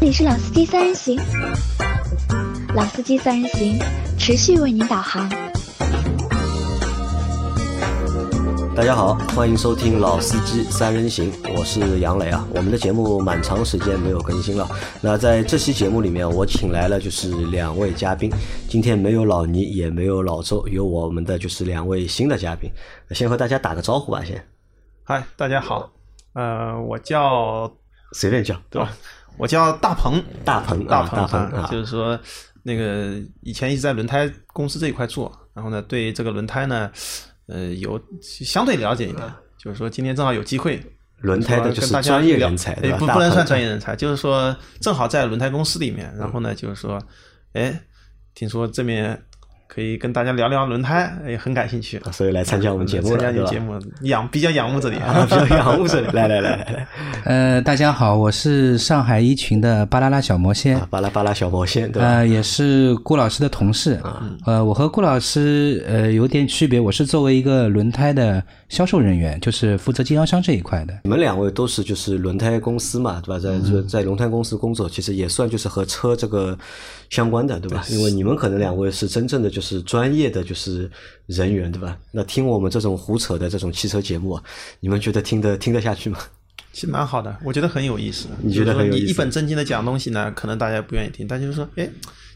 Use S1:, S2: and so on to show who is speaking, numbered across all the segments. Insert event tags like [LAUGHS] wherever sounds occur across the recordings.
S1: 里是老司机三人行，老司机三人行持续为您导航。
S2: 大家好，欢迎收听《老司机三人行》，我是杨磊啊。我们的节目蛮长时间没有更新了。那在这期节目里面，我请来了就是两位嘉宾。今天没有老倪，也没有老周，有我们的就是两位新的嘉宾。先和大家打个招呼吧，先
S3: 嗨，大家好，呃，我叫
S2: 随便叫，
S3: 对吧？我叫大鹏，
S2: 大鹏
S3: 大
S2: 啊
S3: 鹏，
S2: 大鹏啊
S3: 就是说那个以前一直在轮胎公司这一块做，然后呢，对这个轮胎呢，呃，有相对了解一点。就是说，今天正好有机会，
S2: 嗯轮胎的
S3: 说
S2: 就是
S3: 跟大家
S2: 专业
S3: 聊
S2: 人才对
S3: 哎
S2: 吧
S3: 不
S2: 大
S3: 不能
S2: 鹏嗯
S3: 算专业人才，就是说正好在轮胎公司里面，然后呢，就是说，哎，听说这边可以跟大家聊聊轮胎，也很感兴趣。
S2: 啊所以来参加我们节目
S3: 参
S2: 了，
S3: 加你
S2: 对吧
S3: 节？目，仰比较仰慕这里，
S2: 啊，比较 [LAUGHS] 仰慕这里，来来来来来。
S4: 呃，大家好，我是上海一群的巴啦啦小魔仙
S2: 啊，，巴拉巴拉小魔仙，对吧？
S4: 呃，也是顾老师的同事。
S3: 啊
S4: 呃，我和顾老师呃有点区别，我是作为一个轮胎的销售人员，就是负责经销商这一块的。
S2: 你们两位都是就是轮胎公司嘛，对吧？在在在轮胎公司工作，其实也算就是和车这个相关的，对吧？因为你们可能两位是真正的就是专业的就是人员，对吧？那听我们这种胡扯的这种汽车节目啊，你们觉得听得听得下去吗？
S3: [LAUGHS] 其实蛮好的，我觉得很有意思。
S2: 你觉得很有意思
S3: 就是说你一本正经的讲东西呢，可能大家不愿意听，但就是说，哎，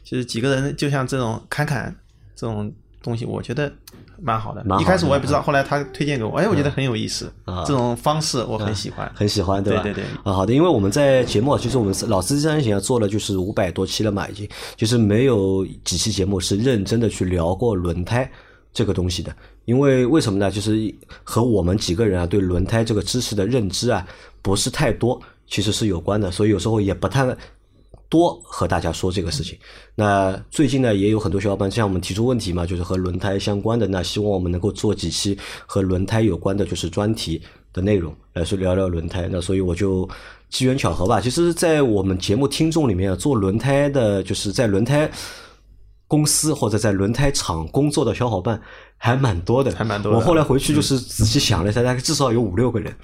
S3: 其实几个人就像这种侃侃这种东西，我觉得蛮好的。
S2: 蛮好的
S3: 一开始我也不知道，后来他推荐给我，哎，我觉得很有意思，
S2: 啊
S3: 这种方式我很喜欢。
S2: 很喜欢，对吧？
S3: 对对对
S2: 啊，好的，因为我们在节目啊，就是我们老司机三人行啊，做了就是五百多期了嘛，已经，就是没有几期节目是认真的去聊过轮胎这个东西的。因为为什么呢？就是和我们几个人啊对轮胎这个知识的认知啊不是太多，其实是有关的，所以有时候也不太多和大家说这个事情。那最近呢，也有很多小伙伴向我们提出问题嘛，就是和轮胎相关的。那希望我们能够做几期和轮胎有关的，就是专题的内容，来说聊聊轮胎。那所以我就机缘巧合吧，其实，在我们节目听众里面啊，做轮胎的，就是在轮胎。公司或者在轮胎厂工作的小伙伴还蛮多的，
S3: 还蛮多的嗯
S2: 我后来回去就是仔细想了一下，大概至少有五六个人。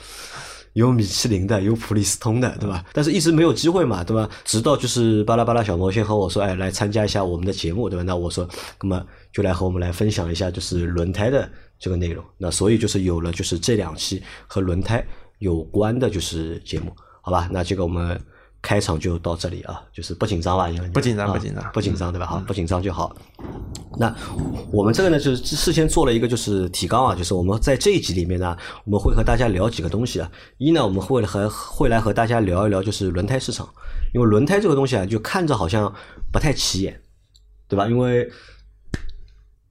S2: 有米其林的，有普利司通的，对吧？但是一直没有机会嘛，对吧？直到就是巴拉巴拉小魔仙和我说，哎，来参加一下我们的节目，对吧？那我说，那么就来和我们来分享一下就是轮胎的这个内容。那所以就是有了就是这两期和轮胎有关的就是节目，好吧？那这个我们开场就到这里啊，就是不紧张吧，因为你们
S3: 不紧张
S2: 啊
S3: 不紧张
S2: 不紧张对吧？好，不紧张就好。那我们这个呢，就是事先做了一个就是提纲啊，就是我们在这一集里面呢，我们会和大家聊几个东西啊。一呢，我们会和会来和大家聊一聊就是轮胎市场，因为轮胎这个东西啊，就看着好像不太起眼，对吧？因为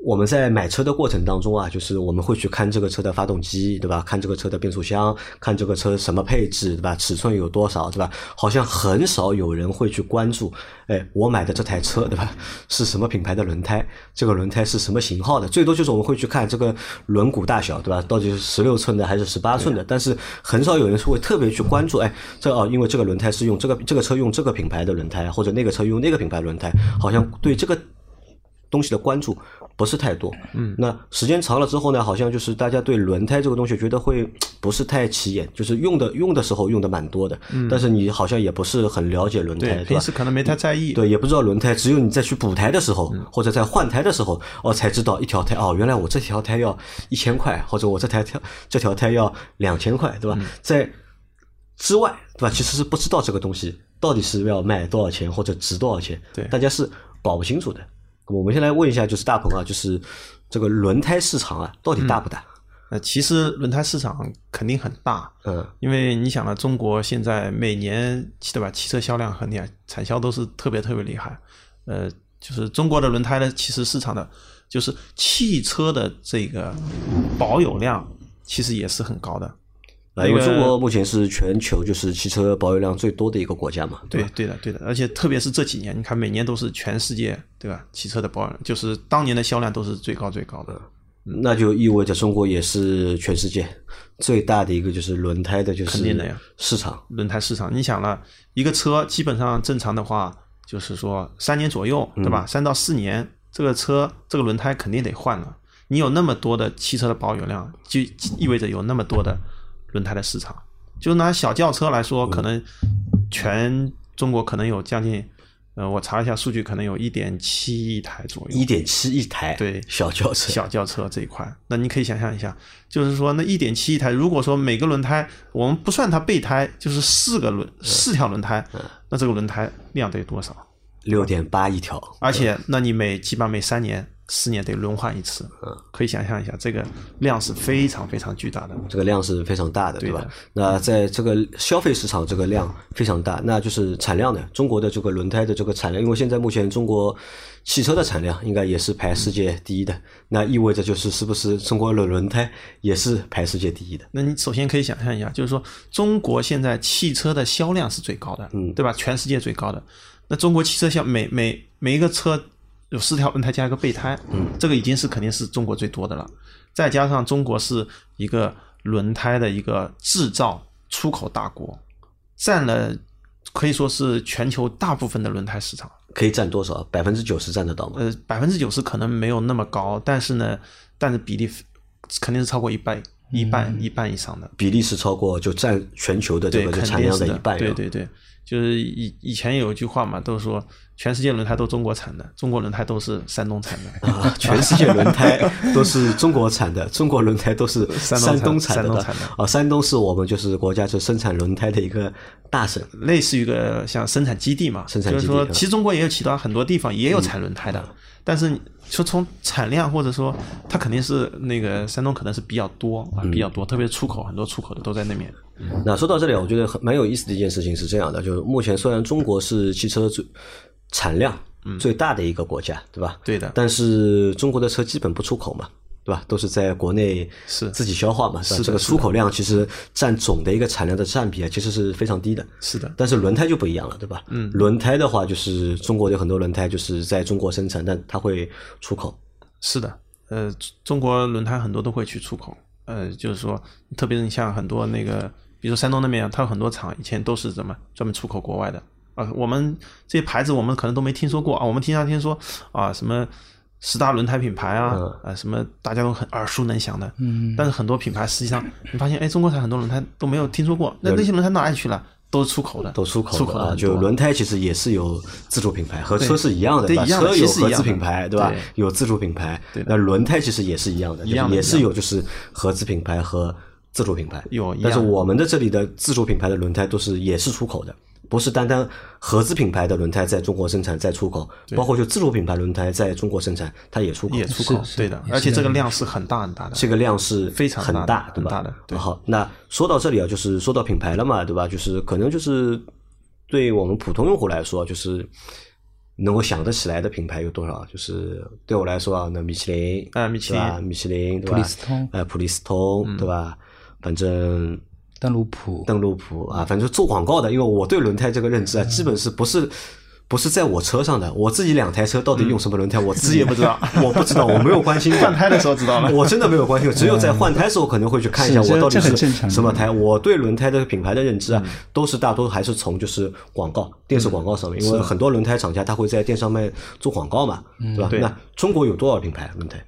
S2: 我们在买车的过程当中啊，就是我们会去看这个车的发动机，对吧？看这个车的变速箱，看这个车什么配置，对吧？尺寸有多少，对吧？好像很少有人会去关注，哎，我买的这台车，对吧？ [LAUGHS] 是什么品牌的轮胎？这个轮胎是什么型号的？最多就是我们会去看这个轮毂大小，对吧？到底是十六寸的还是十八寸的？但是很少有人是会特别去关注，哎，这哦，因为这个轮胎是用这个这个车用这个品牌的轮胎，或者那个车用那个品牌轮胎，好像对这个。东西的关注不是太多。嗯，那时间长了之后呢，好像就是大家对轮胎这个东西觉得会不是太起眼，就是用的用的时候用的蛮多的，但是你好像也不是很了解轮胎，
S3: 嗯对，
S2: 对
S3: 平
S2: 吧？
S3: 时可能没太在意。
S2: 对，也不知道轮胎，只有你在去补胎的时候，
S3: 嗯
S2: 或者在换胎的时候，哦，才知道一条胎哦，原来我这条胎要一千块，或者我这台条这条胎要两千块，对吧？
S3: 嗯
S2: 在之外，对吧？其实是不知道这个东西到底是要卖多少钱或者值多少钱，
S3: 对
S2: 大家是搞不清楚的。那么我们先来问一下，就是大鹏啊，就是这个轮胎市场啊，到底大不大？
S3: 呃，其实轮胎市场肯定很大，
S2: 嗯，
S3: 因为你想了，中国现在每年对吧，汽车销量很厉害，产销都是特别特别厉害。呃，就是中国的轮胎呢，其实市场的，就是汽车的这个保有量其实也是很高的。
S2: 啊，因为
S3: 那个
S2: 中国目前是全球就是汽车保有量最多的一个国家嘛，
S3: 对
S2: 吧，
S3: 对的，对的，而且特别是这几年，你看每年都是全世界对吧，汽车的保有量，就是当年的销量都是最高最高的。
S2: 那就意味着中国也是全世界最大的一个就是轮胎的，就是
S3: 肯定的呀
S2: 市场。
S3: 轮胎市场。你想了，一个车基本上正常的话，就是说三年左右，
S2: 嗯
S3: 对吧？三到四年，这个车这个轮胎肯定得换了。你有那么多的汽车的保有量，就意味着有那么
S2: 嗯
S3: 多的轮胎的市场。就拿小轿车来说，可能全中国可能有将近，呃，我查一下数据，可能有一点七亿台左右。
S2: 一点七亿台，
S3: 对
S2: 小轿车，
S3: 小轿车这一块，那你可以想象一下，就是说那一点七亿台，如果说每个轮胎，我们不算它备胎，就是四个轮四条轮胎，那这个轮胎量得有多少？
S2: 六点八亿条，
S3: 而且，那你每基本上每三年、四年得轮换一次，可以想象一下，这个量是非常非常巨大的。
S2: 这个量是非常大的，对
S3: 对的
S2: 吧？那在这个消费市场，这个量非常大，那就是产量呢？中国的这个轮胎的这个产量，因为现在目前中国汽车的产量应该也是排世界第一的，那意味着就是是不是中国的轮胎也是排世界第一的？
S3: 那你首先可以想象一下，就是说中国现在汽车的销量是最高的，
S2: 嗯
S3: 对吧？全世界最高的。那中国汽车销每每每一个车有四条轮胎加一个备胎，嗯，这个已经是肯定是中国最多的了。再加上中国是一个轮胎的一个制造出口大国，占了可以说是全球大部分的轮胎市场。
S2: 可以占多少？百分之九十占得到吗？
S3: 呃，百分之九十可能没有那么高，但是呢，但是比例肯定是超过一半，一半、一半以上的。
S2: 比例是超过就占全球的这
S3: 对，
S2: 个
S3: 肯
S2: 产
S3: 定
S2: 量
S3: 是的
S2: 一半，
S3: 对，对对，就是以以前有一句话嘛，都说全世界轮胎都中国产的，中国轮胎都是山东产
S2: [LAUGHS]
S3: 的。
S2: 啊，全世界轮胎都是中国产的， [LAUGHS] 中国轮胎都是
S3: 山
S2: 东
S3: 东产
S2: 产的。
S3: 山东产的
S2: 啊，山东是我们就是国家就生产轮胎的一个大省。
S3: 类似于一个像生产基地嘛，
S2: 生产基地
S3: 就是说，
S2: 嗯
S3: 其实中国也有其他很多地方也有产轮胎的，但是你说从产量或者说它肯定是那个山东可能是比较多啊，
S2: 嗯
S3: 比较多，特别出口很多出口的都在那边。
S2: 那说到这里，啊我觉得很蛮有意思的一件事情是这样的，就是目前虽然中国是汽车最产量
S3: 嗯
S2: 最大的一个国家，对吧？
S3: 对的，
S2: 但是中国的车基本不出口嘛，对吧？都是在国内
S3: 是
S2: 自己消化嘛，
S3: 是
S2: 吧
S3: 的
S2: 这个
S3: 是
S2: 出
S3: 的
S2: 口量其实占总的一个产量的占比啊，其实是非常低的。
S3: 是的，
S2: 但是轮胎就不一样了，对吧？
S3: 嗯
S2: 轮胎的话，就是中国有很多轮胎就是在中国生产，但它会出口。
S3: 是的，呃，中中国轮胎很多都会去出口，呃，就是说，特别是你像很多那个，比如说山东那边啊，它有很多厂以前都是怎么专门出口国外的啊、我们这些牌子我们可能都没听说过啊，我们经常听说啊什么。十大轮胎品牌啊，
S2: 嗯
S3: 呃，什么大家都很耳熟能详的，
S4: 嗯
S3: 但是很多品牌实际上你发现，哎，中国产很多轮胎都没有听说过，那
S2: 对
S3: 那些轮胎哪里去了？都是出口的，
S2: 都出口
S3: 出口
S2: 的啊，
S3: 很
S2: 就
S3: 多
S2: 轮胎其实也是有自主品牌，和
S3: 对
S2: 车是一样的，
S3: 对
S2: 吧？
S3: 一样的
S2: 车
S3: 其
S2: 有
S3: 实一
S2: 合
S3: 样
S2: 资
S3: 的
S2: 品牌，对吧
S3: 对？
S2: 有自主品牌
S3: 对，的
S2: 那轮胎其实也是一样的，
S3: 一样
S2: 就是
S3: 的
S2: 也是
S3: 一样
S2: 有就是合资品牌和自主品牌
S3: 有一
S2: 但是
S3: 样
S2: 我们的这里的自主品牌的轮胎都是也是出口的。不是单单合资品牌的轮胎在中国生产再出口，包括就自主品牌轮胎在中国生产，它也出口，
S3: 也出口，
S4: 是
S3: 对的，
S4: 也
S3: 而
S4: 是
S3: 且
S4: 这
S3: 这个
S4: 样
S3: 量是很大很大的，
S2: 这个量是
S3: 非常
S2: 很
S3: 大的
S2: 大，对
S3: 很
S2: 吧？
S3: 大的对
S2: 好，那说到这里啊，就是说到品牌了嘛，对吧？就是可能就是对我们普通用户来说，就是能够想得起来的品牌有多少啊？就是对我来说啊，那米其林，
S3: 啊米其
S2: 对
S3: 林
S2: 吧米其林，对吧？
S4: 普利司通
S2: 呃，普利司通，对吧？反正
S4: 邓禄普，
S2: 邓禄普啊，反正做广告的，因为我对轮胎这个认
S3: 嗯
S2: 知啊，基本是不是不是在我车上的，我自己两台车到底用什么轮胎，
S3: 嗯
S2: 我
S3: [LAUGHS]
S2: 自己也不知道，我不知道，我没有关心过
S3: 换胎的时候知道了嗯
S2: 我真的没有关心过，只有在换胎时候可能会去看一下
S4: 是这
S2: 我到底
S4: 这很正常
S2: 是什么胎。我对轮胎的品牌的认知
S3: 嗯
S2: 啊，都是大多还是从就是广告、电视广告上面，因为很多轮胎厂家他会在电商卖做广告嘛，对吧？
S3: 嗯对
S2: 那中国有多少品牌轮胎？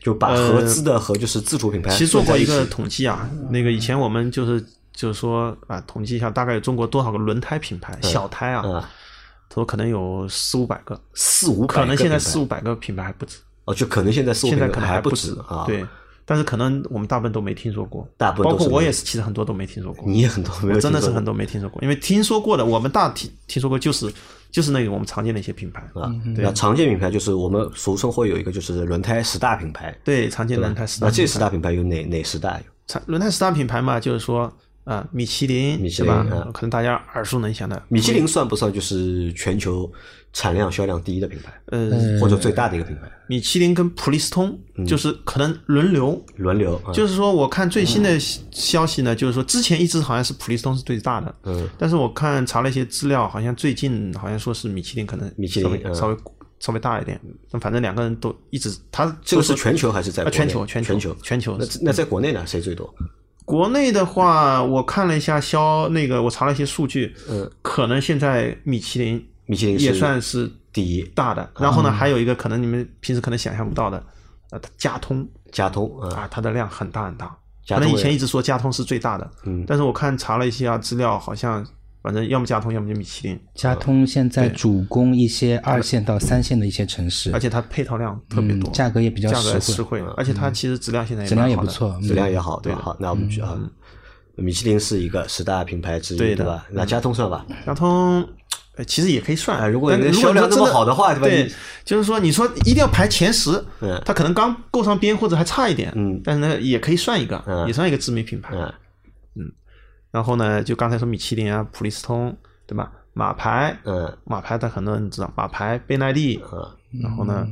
S2: 就把
S3: 呃
S2: 合资的和就是自主品牌
S3: 其实做过一
S2: 混在
S3: 个
S2: 起
S3: 统计啊，那个以前我们就是就是说啊，统计一下大概有中国多少个轮胎品牌，小胎啊，
S2: 啊
S3: 他说可能有四五百个，
S2: 四五百个
S3: 可能现在
S2: 品牌
S3: 四五百个品牌还不止，
S2: 哦，就可能现在四五
S3: 现在
S2: 百
S3: 可
S2: 个
S3: 能
S2: 还
S3: 不
S2: 止啊。
S3: 对，，但是可能我们大部分都没听说过，
S2: 大部分
S3: 包
S2: 都是
S3: 括我
S2: 没
S3: 也是，其实很多都没听说过，
S2: 你也很多没有
S3: 哦我真的
S2: 听
S3: 是
S2: 说
S3: 很多没听说过，因为听说过的我们大体听说过就是就是那个我们常见的一些品牌，
S2: 过啊。那常见品牌就是我们俗称会有一个就是轮胎十大品牌，
S3: 对，常见
S2: 对吧
S3: 轮胎十大
S2: 那这
S3: 品牌
S2: 十大品牌有哪哪十大有？
S3: 常轮胎十大品牌嘛，就是说啊、米其林，
S2: 米其
S3: 对吧
S2: 林嗯？
S3: 可能大家耳熟能详的
S2: 米其林算不算就是全球产量销量第一的品牌，
S3: 呃，
S2: 或者最大的一个品牌？
S3: 米其林跟普利司通
S2: 嗯
S3: 就是可能轮流。
S2: 轮流啊
S3: 就是说，我看最新的消息呢，就是说之前一直好像是普利司通是最大的，
S2: 嗯，
S3: 但是我看查了一些资料，好像最近好像说是米其林可能
S2: 米其
S3: 稍
S2: 林
S3: 微
S2: 嗯
S3: 稍微稍微大一点，那反正两个人都一直，他
S2: 这个是
S3: 都说
S2: 全球还是在
S3: 啊
S2: 国内
S3: 全球全
S2: 全
S3: 球全球
S2: 那那在国内呢，谁最多？
S3: 国内的话，我看了一下销那个，我查了一些数据，
S2: 嗯，
S3: 可能现在米其林
S2: 米其林是
S3: 也算是
S2: 第一
S3: 大的，
S4: 嗯
S3: 然后呢，还有一个可能你们平时可能想象不到的，呃，佳通
S2: 佳通
S4: 嗯
S2: 啊，
S3: 啊，它的量很大很大。
S2: 佳
S3: 可
S2: 通
S3: 能以前
S2: 也
S3: 一直说佳通是最大的，
S2: 嗯
S3: 但是我看查了一下资料，好像反正要么佳通，要么就米其林。
S4: 佳通现在主攻一些二线到三线的一些城市，
S3: 而且它配套量啊特别多，
S4: 嗯价格也比较
S3: 价格
S4: 实嗯
S3: 实惠，而且它其实质量现在也
S4: 质量
S3: 蛮
S4: 也
S3: 好
S4: 不
S3: 的
S4: 错，嗯
S2: 质量也好，
S3: 嗯对
S2: 对
S3: 的嗯
S2: 好，那我们去啊，米其林是一个十大品牌之一，
S3: 对
S2: 对
S3: 的嗯
S2: 吧？那佳通算吧，
S3: 佳通，呃其实也可以算。
S2: 哎如果
S3: 但
S2: 你的
S3: 如果
S2: 销量
S3: 你说
S2: 这么
S3: 真
S2: 好的话对吧
S3: 对
S2: 你，
S3: 就是说你说一定要排前十
S2: 嗯，
S3: 它可能刚够上边或者还差一点，
S2: 嗯
S3: 但是呢也可以算一个，
S2: 嗯
S3: 也算一个知名品牌。
S2: 嗯
S3: 然后呢，就刚才说米其林啊、普利司通，对吧？马牌，
S2: 嗯
S3: 马牌，但很多人知道，马牌、贝奈利，
S2: 嗯
S3: 然后呢，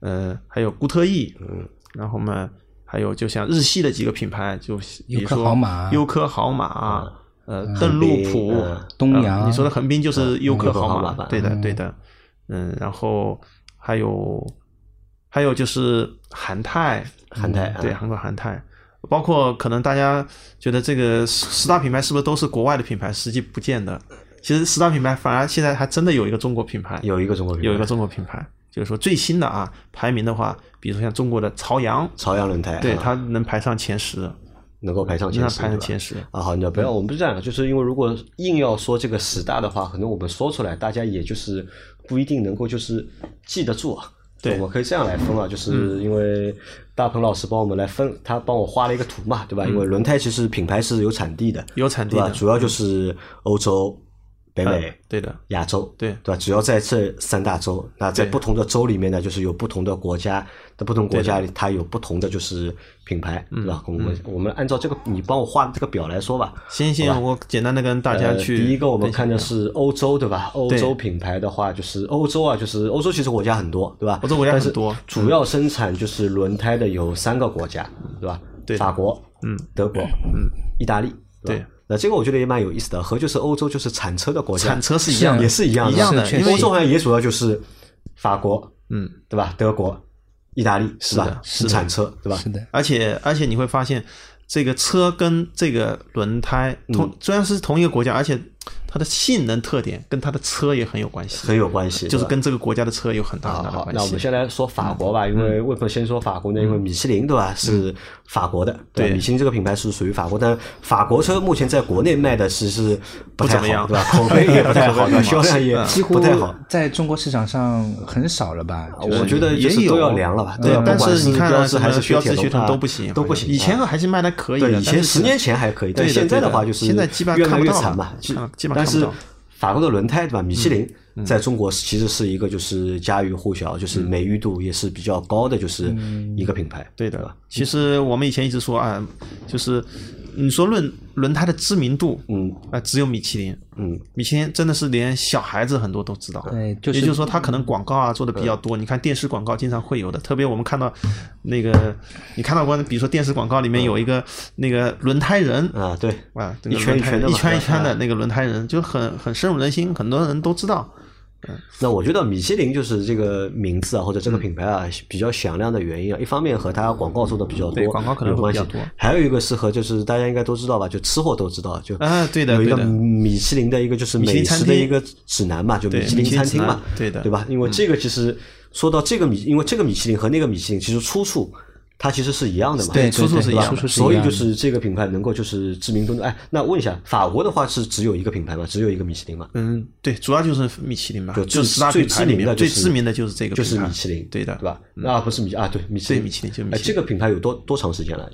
S3: 呃，还有固特异，嗯，然后嘛，还有就像日系的几个品牌，就比如
S4: 优客
S3: 说
S4: 豪马
S3: 优客豪马，呃，邓禄普
S2: 嗯，
S4: 东
S3: 呃
S4: 阳嗯
S3: 你说的横滨就是优客
S2: 优客
S3: 豪
S2: 豪马
S3: 对的，对的，嗯，然后还有还有就是韩泰，
S4: 嗯
S2: 韩泰
S3: 嗯对
S2: 啊
S3: 韩国韩泰。包括可能大家觉得这个十十大品牌是不是都是国外的品牌？实际不见得，其实十大品牌反而现在还真的有一个中国品牌，
S2: 有一个中国品牌，
S3: 有一个中国品牌，就是说最新的啊排名的话，比如说像中国的朝阳，
S2: 朝阳轮胎，
S3: 对
S2: 啊
S3: 它能排上前十，
S2: 能够排上
S3: 能
S2: 前十，
S3: 排
S2: 对
S3: 上
S2: 吧
S3: 前十。
S2: 啊，好，那不要，我们不是这样的，就是因为如果硬要说这个十大的话，可能我们说出来，大家也就是不一定能够就是记得住啊。
S3: 对
S2: 我
S3: 嗯
S2: 们可以这样来分啊，就是因为大鹏老师帮我们来分，他帮我画了一个图嘛，对吧？因为轮胎其实品牌是有产地的，
S3: 嗯有产地
S2: 对吧？
S3: 的
S2: 主要就是欧洲、北美、
S3: 嗯对的，
S2: 亚洲，
S3: 对
S2: 对吧？主要在这三大洲，那在
S3: 对
S2: 不同的州里面呢，就是有不同的国家，在不同国家
S3: 对嗯
S2: 里它有不同的就是品牌，对吧？我们我们按照这个你帮我画的这个表来说吧。
S3: 行
S2: 好
S3: 行，
S2: 吧
S3: 我简单的跟大家
S2: 呃
S3: 去、
S2: 第一个我们看的，是欧洲，对吧？欧洲品牌的话，就是欧洲啊，就是欧洲其实国家很多，对吧？
S3: 欧洲国家
S2: 但是
S3: 很多
S2: 主要生产就是轮胎的有三个国家，对吧？
S3: 对的
S2: 法国，
S3: 嗯，
S2: 德国，嗯，意大利，吧
S3: 对。
S2: 那这个我觉得也蛮有意思的，和就是欧洲就是产车的国家，
S3: 产车是一
S4: 是啊
S3: 样的，
S2: 也是一样的，
S3: 嗯一样的，
S4: 是确
S3: 因
S4: 实
S3: 为
S2: 欧洲好像也主要就是法国，
S3: 嗯，
S2: 对吧？德国、意大利是
S3: 是
S2: 吧
S3: 的？
S2: 是产车，对吧？
S4: 是的，
S3: 而且而且你会发现。这个车跟这个轮胎同
S2: 嗯
S3: 虽然是同一个国家，而且它的性能特点跟它的车也很有关系，
S2: 很有关系，
S3: 就
S2: 对
S3: 是
S2: 吧
S3: 跟这个国家的车有很大
S2: 好
S3: 很大的
S2: 好，
S3: 关系。嗯
S2: 那我们先来说法国吧，因为为什么先说法国呢？因为米其林对吧是法国的，吧
S3: 对
S2: 米其林这个品牌是属于法国，但法国车目前在国内卖的其实不太
S3: 不怎么样
S2: 好，对吧？口碑也不
S3: [LAUGHS]
S2: 太好，对吧销量
S3: 嗯
S2: 也
S4: 几乎
S2: 不太好。
S4: 在中国市场上很少了吧？
S3: 啊
S4: 就是
S2: 我觉得就是
S3: 也有
S2: 都要凉了吧，
S3: 对
S2: 吧？，
S3: 但
S2: 不管
S3: 你看
S2: 标志
S3: 什么
S2: 还是
S3: 标志
S2: 铁
S3: 血
S2: 啊
S3: 统都不行，
S2: 都不行。
S3: 以前
S2: 啊
S3: 还是卖的可以的，
S2: 对，以前
S3: 但是
S2: 十年前还可以，但
S3: 对
S2: 现在
S3: 对
S2: 的话就是
S3: 现在基本
S2: 越
S3: 上
S2: 来
S3: 看不
S2: 越
S3: 到了
S2: 惨嘛，其
S3: 看基本上
S2: 但
S3: 看不
S2: 是
S3: 到。嗯
S2: 法国的轮胎对吧？米其林在中国其实是一个就是家喻户晓，就是美誉度也是比较高的，就是一个品牌。
S3: 嗯对
S2: 吧
S3: 的。其实我们以前一直说啊，就是你说论轮胎的知名度，
S2: 嗯
S3: 啊，只有米其林，
S2: 嗯，
S3: 米其林真的是连小孩子很多都知道。
S4: 对就是
S3: 也就是说，他可能广告啊做的比较多。你看电视广告经常会有的，特别我们看到那个，你看到过，比如说电视广告里面有一个那个轮胎人，
S2: 啊，对，
S3: 啊，这
S2: 一
S3: 个
S2: 圈
S3: 轮
S2: 一
S3: 胎
S2: 圈的
S3: 一
S2: 嘛
S3: 圈一圈的
S2: 啊
S3: 那个轮胎人，就很很深入人心，很多人都知道。
S2: 那我觉得米其林就是这个名字啊，或者这个品牌啊，比较响亮的原因啊，一方面和它广告做的比较多，
S3: 嗯对广告可能
S2: 有关
S3: 会比
S2: 系
S3: 较多，
S2: 还有一个是和就是大家应该都知道吧，就吃货都知道，就
S3: 啊对的
S2: 有一个
S3: 对的
S2: 米其林的一个就是
S3: 米其林
S2: 美
S3: 餐
S2: 食的
S3: 厅
S2: 一个指南嘛，就
S3: 对
S2: 米其林
S3: 米其林
S2: 餐厅
S3: 指
S2: 嘛
S3: 南，对的嗯
S2: 对吧？因为这个其实说到这个米，因为这个米其林和那个米其林其实出处。它其实是一样的嘛，
S4: 对对
S3: 出处
S4: 对
S3: 是一
S2: 吧
S3: 样
S4: 出处是一
S2: 所以
S4: 样
S2: 就
S4: 的
S2: 是这个品牌能够就是知名度。哎，那问一下，法国的话是只有一个品牌吗？只有一个米其林吗？
S3: 嗯，对，主要就是米其林吧，
S2: 对，
S3: 就
S2: 最
S3: 是十大
S2: 最
S3: 品
S2: 知
S3: 牌里
S2: 名
S3: 面
S2: 的
S3: 最
S2: 就是
S3: 知名的就是这个
S2: 就
S3: 品
S2: 是
S3: 牌
S2: 米其林，
S3: 对的，嗯
S2: 对吧？啊，不是米啊，对，米其林，
S3: 对米其林就是米
S2: 哎，
S3: 其
S2: 这
S3: 林
S2: 个品牌有多多长时间了？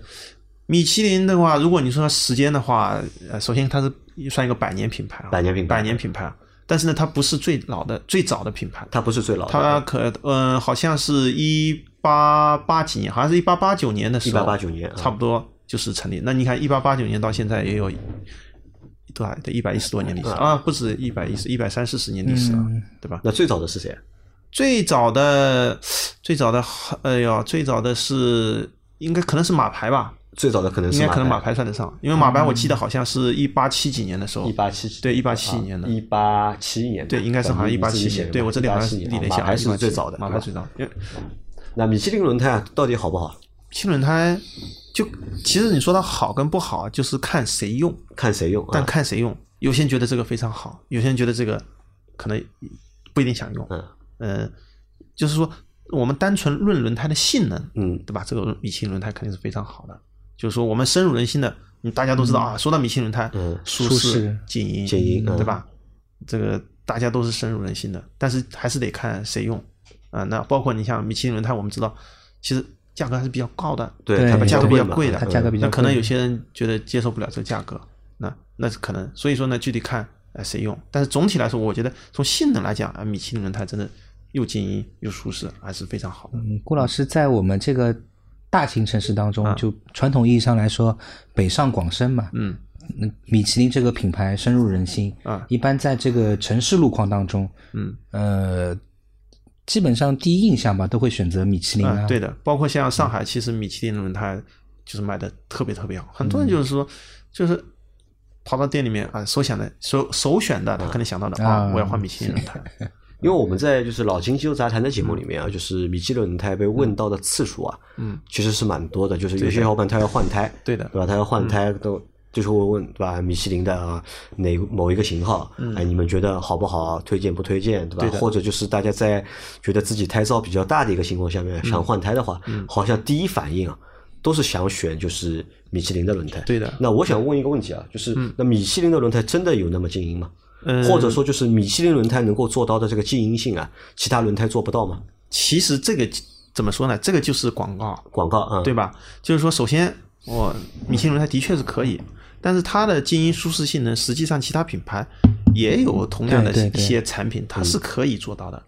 S3: 米其林的话，如果你说时间的话，呃，首先它是算一个百年品牌啊，
S2: 百年品牌
S3: 百年品牌。但是呢，它不是最老的、最早的品牌，
S2: 它不是最老的，
S3: 它可呃，好像是一八八几年，好像是一八八九年的时候，
S2: 1889年啊
S3: 差不多就是成立。那你看，一八八九年到现在也有多少得一百一十多年历史啊，不止一百一十，一百三四十年历史了，啊对吧？
S2: 那最早的是谁？啊
S3: 最早的，最早的，哎呦，最早的是应该可能是马牌吧，
S2: 最早的可能是
S3: 应该可能马
S2: 马
S3: 牌算得上，因为马牌我记得好像是一八七几年的时候，
S2: 一八七几
S3: 哦对187年的
S2: 一八七年的
S3: 对，应该是好像一八七年，对我这里好像是啊理了一下，
S2: 马牌是
S3: 187
S2: 最早的，
S3: 马牌最早的，因为
S2: 对吧那米其林轮胎啊到底好不好？
S3: 新轮胎就其实你说它好跟不好，啊就是看谁用，
S2: 看谁用
S3: 但
S2: 啊？
S3: 看谁用，有些人觉得这个非常好，有些人觉得这个可能不一定想用，
S2: 嗯
S3: 嗯，就是说我们单纯论轮胎的性能，
S2: 嗯
S3: 对吧？这个米其林轮胎肯定是非常好的，就是说我们深入人心的嗯大家都知道啊，说到米其林轮胎
S2: 嗯，
S3: 舒
S4: 舒适
S3: 适、静音、
S2: 静音嗯
S3: 对吧？这个大家都是深入人心的，但是还是得看谁用啊。那包括你像米其林轮胎，我们知道其实价格还是比较高的，
S4: 对
S2: 它
S4: 它
S2: 比
S4: 价
S2: 较
S4: 格
S3: 比
S2: 贵嗯
S3: 较
S2: 嘛，
S3: 贵的
S4: 它价格比较
S3: 那可能
S4: 贵
S3: 有些人觉得接受不了这个价格，那那是可能，所以说呢，具体看呃谁用。但是总体来说，我觉得从性能来讲，啊，米其林轮胎真的又静音又舒适，还是非常好的。
S4: 嗯，顾老师在我们这个大型城市当中，
S3: 啊
S4: 就传统意义上来说，北上广深嘛，
S3: 嗯，
S4: 嗯，米其林这个品牌深入人心
S3: 啊
S4: 一般在这个城市路况当中，
S3: 嗯，
S4: 呃，基本上第一印象吧，都会选择米其林
S3: 啊、
S4: 啊，
S3: 对的，包括像上海，其实米其林轮胎就是卖的特别特别好，很多人就是说，就是跑到店里面啊，首选的首首选的，他可能想到的
S4: 啊
S3: 啊，我要换米其林轮胎。
S2: 因为我们在就是老金鸡肉杂谈的节目里面啊，就是米其林轮胎被问到的次数啊，
S3: 嗯，
S2: 其实是蛮多的。就是有些小伙伴他要换胎，
S3: 对的
S2: 对吧？他要
S3: 嗯
S2: 换胎都就是会问，对吧？米其林的啊，哪某一个型号，哎，你们觉得好不好啊？推荐不推荐，对吧？
S3: 嗯对的
S2: 或者就是大家在觉得自己胎噪比较大的一个情况下
S3: 嗯
S2: 面想换胎的话，好像第一反应啊。都是想选就是米其林的轮胎，
S3: 对的
S2: 那我想问一个问题啊，就是那米其林的轮胎真的有那么静音吗？
S3: 嗯，
S2: 或者说就是米其林轮胎能够做到的这个静音性啊，其他轮胎做不到吗？
S3: 其实这个怎么说呢？这个就是广告，
S2: 广告啊，嗯
S3: 对，吧？就是说，首先我米其林它的确是可以，但是它的静音舒适性能，实际上其他品牌也有同样的
S4: 对对嗯
S3: 一
S4: 对
S3: 些产品，它是可以做到的。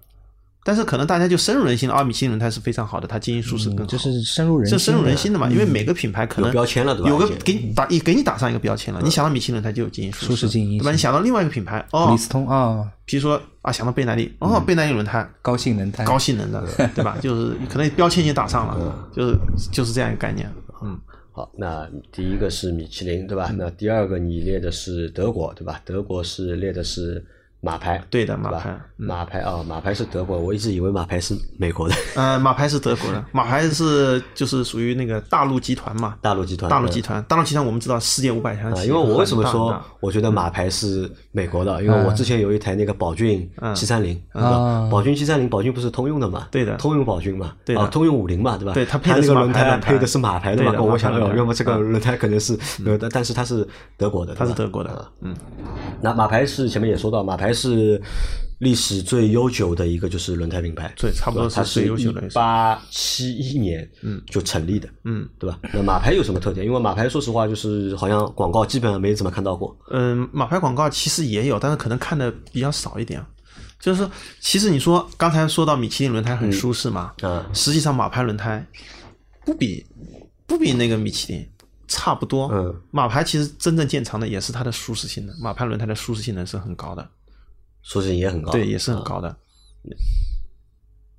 S3: 但是可能大家就深入人心了，啊，米其林轮胎是非常好的，它静音舒适更好，
S4: 嗯就是深入人
S3: 这
S4: 心的嗯
S3: 深入人心的嘛，因为每个品牌可能
S2: 有标签了对吧
S3: 有个
S2: 已经
S3: 给你打一给你打上一个标签了，你想到米其林轮胎就有静音舒
S4: 嗯舒适静音
S3: 对吧？你想到另外一个品牌哦
S4: 李，斯嗯通啊，
S3: 比如说啊，想到倍耐力，哦，倍耐力轮胎
S4: 高性能胎，
S3: 高性
S2: [LAUGHS]
S3: 能的，对吧？就是可能标签已经打上
S2: 嗯
S3: 了，就是就是这样一个概念。嗯，
S2: 好，那第一个是米其林，对吧？那第二个你列的是德国，对吧？德国是列的是马牌，
S3: 对的
S2: 吧
S3: 马牌嗯
S2: 马牌啊，马牌是德国，我一直以为马牌是美国的 [LAUGHS]
S3: 呃，马牌是德国的，马牌是就是属于那个大陆集团嘛，
S2: 大陆集团，
S3: 大陆集
S2: 团。
S3: 团，大陆集团我们知道世界五百强企
S2: 啊，
S3: 业，
S2: 因为我为什么
S3: 很
S2: 说
S3: 大嗯
S2: 我觉得马牌是美国的？因为我之前有一台那个宝骏七三零，对吧
S4: 啊
S2: 宝骏七三零，宝骏不是通用的嘛？
S3: 对的
S2: 通用宝骏嘛，
S3: 对的
S2: 啊，通用五菱嘛，对吧？
S3: 对
S2: 它
S3: 它配的
S2: 那
S3: 是
S2: 个
S3: 马
S2: 轮
S3: 牌
S2: 胎
S3: 轮胎
S2: 配的是马牌的嘛，
S3: 对的
S2: 跟我想
S3: 马牌
S2: 到，
S3: 轮胎
S2: 要么这个
S3: 嗯
S2: 轮胎可能是，但但是它是德国的，
S3: 它是
S2: 对吧
S3: 德国的，嗯，
S2: 那马牌是前面也说到，马牌是历史最悠久的一个就是轮胎品牌，
S3: 对差不多
S2: 对吧它
S3: 是最悠久的一
S2: 一
S3: 个
S2: 八七一年
S3: 嗯
S2: 就成立的，
S3: 嗯
S2: 对吧？那马牌有什么特点？因为马牌说实话就是好像广告基本上没怎么看到过，
S3: 嗯，马牌广告其实也有，但是可能看的比较少一点。就是说，其实你说刚才说到米其林轮胎很舒适嘛，
S2: 嗯嗯
S3: 实际上马牌轮胎不比不比那个米其林差不多。
S2: 嗯，
S3: 马牌其实真正见长的也是它的舒适性能，马牌轮胎的舒适性能是很高的，
S2: 说是也很高，
S3: 对，也是很高的。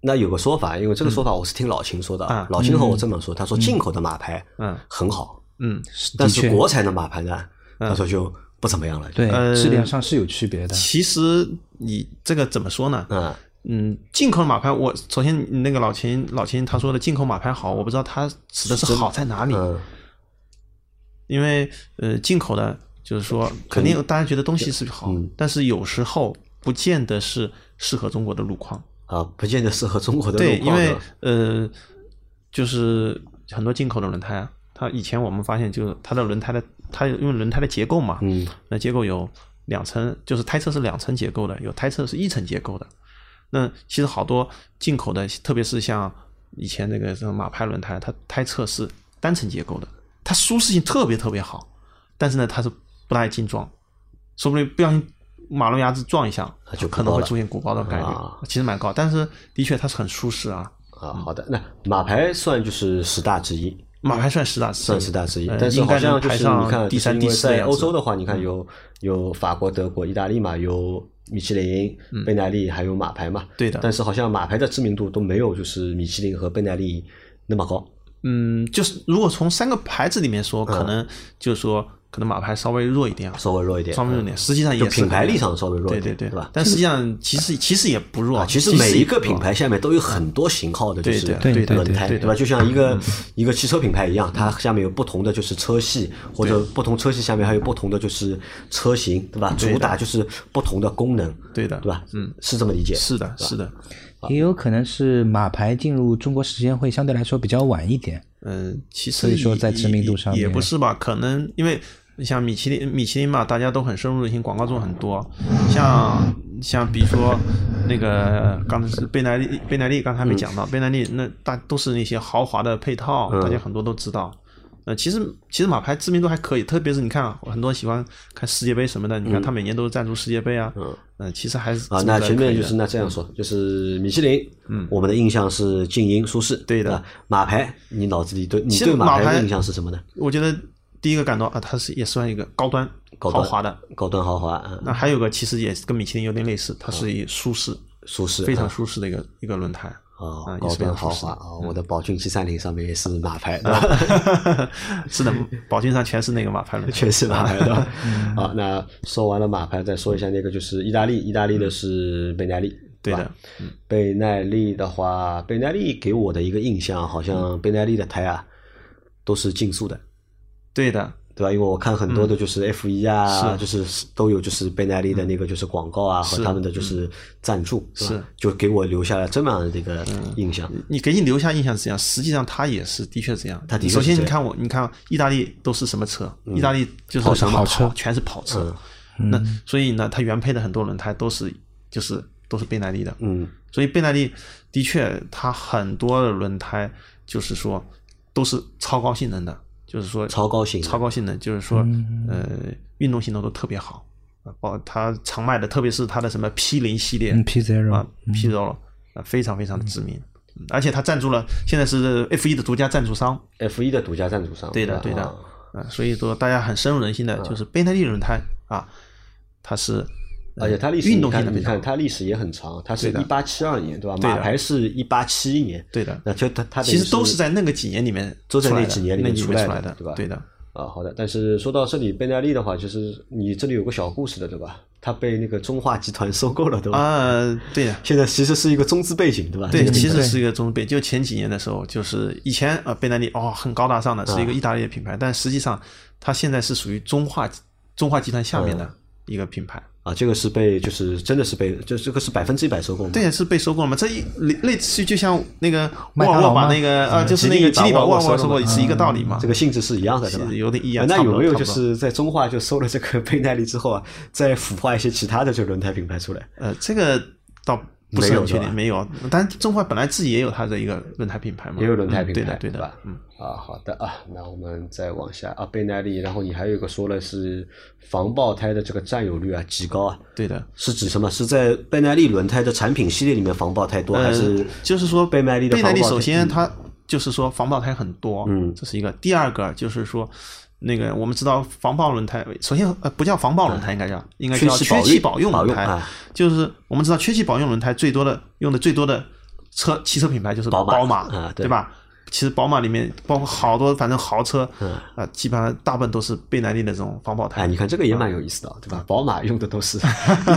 S2: 那有个说法，因为这个说法我是听老秦说的，
S3: 嗯啊
S2: 老秦和我这么说，他说进口的马牌
S3: 嗯
S2: 很好，
S3: 嗯，
S2: 但
S4: 的
S2: 是
S4: 确
S2: 国产的马牌呢，他说就不怎么样了，，
S4: 对、
S3: 呃
S4: 质量上是有区别的，
S3: 其实你这个怎么说呢？
S2: 嗯
S3: 嗯，进口的马牌，我首先那个老秦老秦他说的进口马牌好，我不知道他指的是好在哪里，
S2: 嗯，
S3: 因为呃，进口的就是说肯定大家觉得东西是好，
S2: 嗯
S3: 但是有时候不见得是适合中国的路况。
S2: 啊，不见得适合中国的
S3: 对，
S2: 路
S3: 因
S2: 况，啊
S3: 为
S2: 吧
S3: 呃，就是很多进口的轮胎啊，它以前我们发现就是它的轮胎的，它因为轮胎的结构嘛，
S2: 嗯，
S3: 那结构有两层，就是胎侧是两层结构的，有胎侧是一层结构的。那其实好多进口的，特别是像以前那个什么马牌轮胎，它胎侧是单层结构的，它舒适性特别特别好，但是呢，它是不大爱进撞，说不定不小心马路牙子撞一下
S2: 它就，
S3: 可能
S2: 鼓包
S3: 会
S2: 了
S3: 出现鼓包的概率，
S2: 啊
S3: 其实蛮高，但是的确它是很舒适啊。
S2: 啊，好的，那马牌算就是十大之一，
S3: 马牌算十大之一，
S2: 算十大之一
S3: 呃，
S2: 但是
S3: 应
S2: 好
S3: 该
S2: 像
S3: 能
S2: 就
S3: 排
S2: 是你看，
S3: 上第三、
S2: 就是
S3: 第
S2: 因为
S3: 四的
S2: 在
S3: 样
S2: 欧
S3: 子嗯
S2: 洲的话，你看有有法国、德国、意大利嘛，有米其林、贝纳利，还有马牌嘛，
S3: 嗯对啊的
S2: 但是好像马牌的知名度都没有就是米其林和贝纳利那么高，
S3: 嗯，就是如果从三个牌子里面
S2: 嗯
S3: 说，可能就是说，可能马牌稍微弱一点啊，
S2: 稍微弱一点，嗯
S3: 稍微弱一点，实际上也
S2: 就是品牌力上
S3: 很
S2: 稍微弱
S3: 对
S2: 一
S3: 对
S2: 点，
S3: 对，
S2: 对吧？嗯
S3: 但实际上其实其实也不弱
S2: 啊，，其实
S3: 也
S2: 每一个
S3: 不弱
S2: 品牌下面都有很多型号的，就
S3: 对
S2: 是
S3: 对对
S4: 对
S2: 轮胎，
S3: 对
S2: 对吧？
S3: 对
S2: 就像一个一个汽车品牌一样，它下面有不同的就是车系，或者
S3: 对
S2: 不同车系下面还有不同的就是车型，对吧？
S3: 的
S2: 主打就是不同的功能，
S3: 对的
S2: 对吧？
S3: 嗯，
S2: 是这么理解，
S3: 是的，是的，
S4: 也有可能是马牌进入中国时间会相对来说比较晚一点。
S3: 嗯，其实
S4: 所以说在
S3: 也
S4: 知名度上
S3: 也
S4: 面
S3: 不是吧？可能因为你像米其林，米其林嘛，大家都很深入人心，广告做很多。像像比如说那个刚才是贝莱利，贝莱利刚才没讲到，贝莱利那大都是那些豪华的配套，大家很多都知道。呃，其实其实马牌知名度还可以，特别是你看啊，很多喜欢看世界杯什么的，你看他每年都是赞助世界杯啊，嗯、其实还是
S2: 啊
S3: 知，名
S2: 那
S3: 度还
S2: 前
S3: 可
S2: 面
S3: 以
S2: 就
S3: 的嗯
S2: 是那这样说，就是米其林，嗯，我们的印象是静音舒适，
S3: 对的
S2: 啊。马牌，你脑子里对你
S3: 其实
S2: 对马
S3: 马牌
S2: 的印象是什么呢？
S3: 我觉得第一个感到啊，它是也算一个高端
S2: 高端
S3: 豪华的。
S2: 高端豪华，嗯
S3: 那还有个其实也是跟米其林有点类似，它是以舒适、
S2: 舒适，
S3: 非常
S2: 嗯
S3: 舒适的一个一个
S2: [LAUGHS]
S3: 轮胎
S2: 哦
S3: 啊，，也
S2: 高
S3: 是非
S2: 端
S3: 常
S2: 豪
S3: 舒适
S2: 华
S3: 的。
S2: 啊，我的宝骏七三零上面也是马
S3: [LAUGHS]
S2: 牌，对吧？
S3: 是的，宝骏上全是那个马牌轮胎，啊
S2: 全是马牌
S3: [LAUGHS]
S2: 的。好，啊那说完了马牌，再说一下那个就是意大利，意大利的是贝奈利，
S3: 嗯对
S2: 吧
S3: 的。嗯
S2: 贝奈利的话，贝奈利给我的一个印象，好
S3: 嗯
S2: 像贝奈利的胎啊都是竞速的，
S3: 对的，
S2: 对吧？因为我看很多的就是 F 一啊，
S3: 嗯是嗯
S2: 就是都有就是贝奈利的那个就是广告啊和
S3: 是
S2: 他们的就是赞助，对吧
S3: 是嗯
S2: 就给我留下了这么样的一个印象。嗯
S3: 你给你留下印象是这样，实际上它也是的确这样。
S2: 它的确是
S3: 首先
S2: 这
S3: 你
S2: 样嗯
S3: 看我，你看意大利都是什么车？意大利就是
S4: 跑车
S3: 什么
S4: 跑车
S3: 全是跑车。那所以呢，它原配的很多轮胎都是就是都是贝耐力的。
S2: 嗯，
S3: 所以贝耐力的确，它很多的轮胎就是说都是超高性能的，就是说
S2: 超高性能
S3: 超高性能，就是说
S4: 嗯
S3: 呃运动性能都特别好。啊，包括它常卖的，特别是它的什么 P 零系列，
S4: 嗯，P Zero，
S3: 啊 p r o 啊，非常非常的知名，嗯而且他赞助了，现在是 F 1的独家赞助商，
S2: F 一的独家赞助商，
S3: 对的
S2: 吧
S3: 对的
S2: 啊，
S3: 啊，所以说大家很深入人
S2: 嗯
S3: 心的就是贝耐利轮胎啊，它是，呃
S2: 而且它历史，
S3: 运动
S2: 你看
S3: 性能
S2: 你
S3: 比较
S2: 看
S3: 好，
S2: 它历史也很长，它是
S3: 对的
S2: 一八七二年，对吧？
S3: 对的
S2: 马牌是一八七一年，
S3: 对的
S2: 那就它它等于
S3: 其实都是在那个几年里面
S2: 都在
S3: 出来
S2: 那
S3: 的
S2: 几年里面
S3: 那几
S2: 出
S3: 年
S2: 来的
S3: 出来的
S2: 对吧
S3: 对的，
S2: 啊，好的。但是说到这里，贝纳利的话，就是你这里有个小故事的，对吧？它被那个中化集团收购了，对吧？
S3: 啊，对的。
S2: 现在其实是一个中资背景，对吧？
S3: 对，
S2: 这个
S3: 其实
S4: 对
S3: 是一个中杯。就前几年的时候，就是以前啊，贝耐利哦很高大上的，是一个意大利的品牌，但实际上它现在是属于中化中化集团下面的一个品牌。
S2: 啊，这个是被就是真的是被就这个是百分之一百收购嘛？
S3: 对，呀，是被收购了嘛？这一类类似于就像那个
S4: 麦
S3: 沃
S4: 当
S3: 尔
S4: 劳
S3: 沃把
S4: 吗
S3: 那个啊，就
S2: 吉
S3: 是那
S2: 利
S3: 个
S2: 把
S3: 吉利把
S2: 沃
S3: 沃
S2: 尔
S3: 尔
S2: 沃
S3: 沃
S2: 收
S3: 收购
S2: 购嗯
S3: 是一个道理嘛？
S2: 这个性质是一样的，对吧？
S3: 嗯是有点一样
S2: 啊那
S3: 差不
S2: 有
S3: 多
S2: 没有
S3: 差
S2: 就
S3: 不多
S2: 是在中化就收了这个贝纳利之后啊，再腐化一些其他的就轮胎品牌出来？
S3: 呃，这个倒不是
S2: 没有
S3: 很确
S2: 是吧
S3: 定，没有。啊但中华本来自己也有它的一个轮胎品牌嘛，
S2: 也有轮胎品牌，
S3: 嗯对的，对的
S2: 吧，？
S3: 嗯，
S2: 啊，好的啊，那我们再往下啊，倍耐力，然后你还有一个说了是防爆胎的这个占有率啊极高啊，
S3: 对的。
S2: 是指什么？是在倍耐力轮胎的产品系列里面防爆胎多，还是
S3: 呃，就是说
S2: 倍耐力的
S3: 贝
S2: 防爆
S3: 耐
S2: 胎？
S3: 力首
S2: 嗯
S3: 先它就是说防爆胎很多，
S2: 嗯
S3: 这是一个。第二个就是说。那个我们知道防爆轮胎，首先呃不叫防爆轮胎，应该叫应该
S2: 嗯缺
S3: 叫
S2: 气
S3: 缺
S2: 保
S3: 气
S2: 运
S3: 保用
S2: 保用
S3: 轮胎
S2: 啊，
S3: 就是我们知道缺气保用轮胎最多的用的最多的车汽车品牌就是
S2: 宝马
S3: 宝马
S2: 啊对
S3: 对吧？其实宝马里面包括好多反正豪车
S2: 嗯
S3: 啊、基本上大部分都是贝耐力的这种防爆胎。
S2: 哎，你看这个也蛮有意思的啊，对吧？宝马用的都是意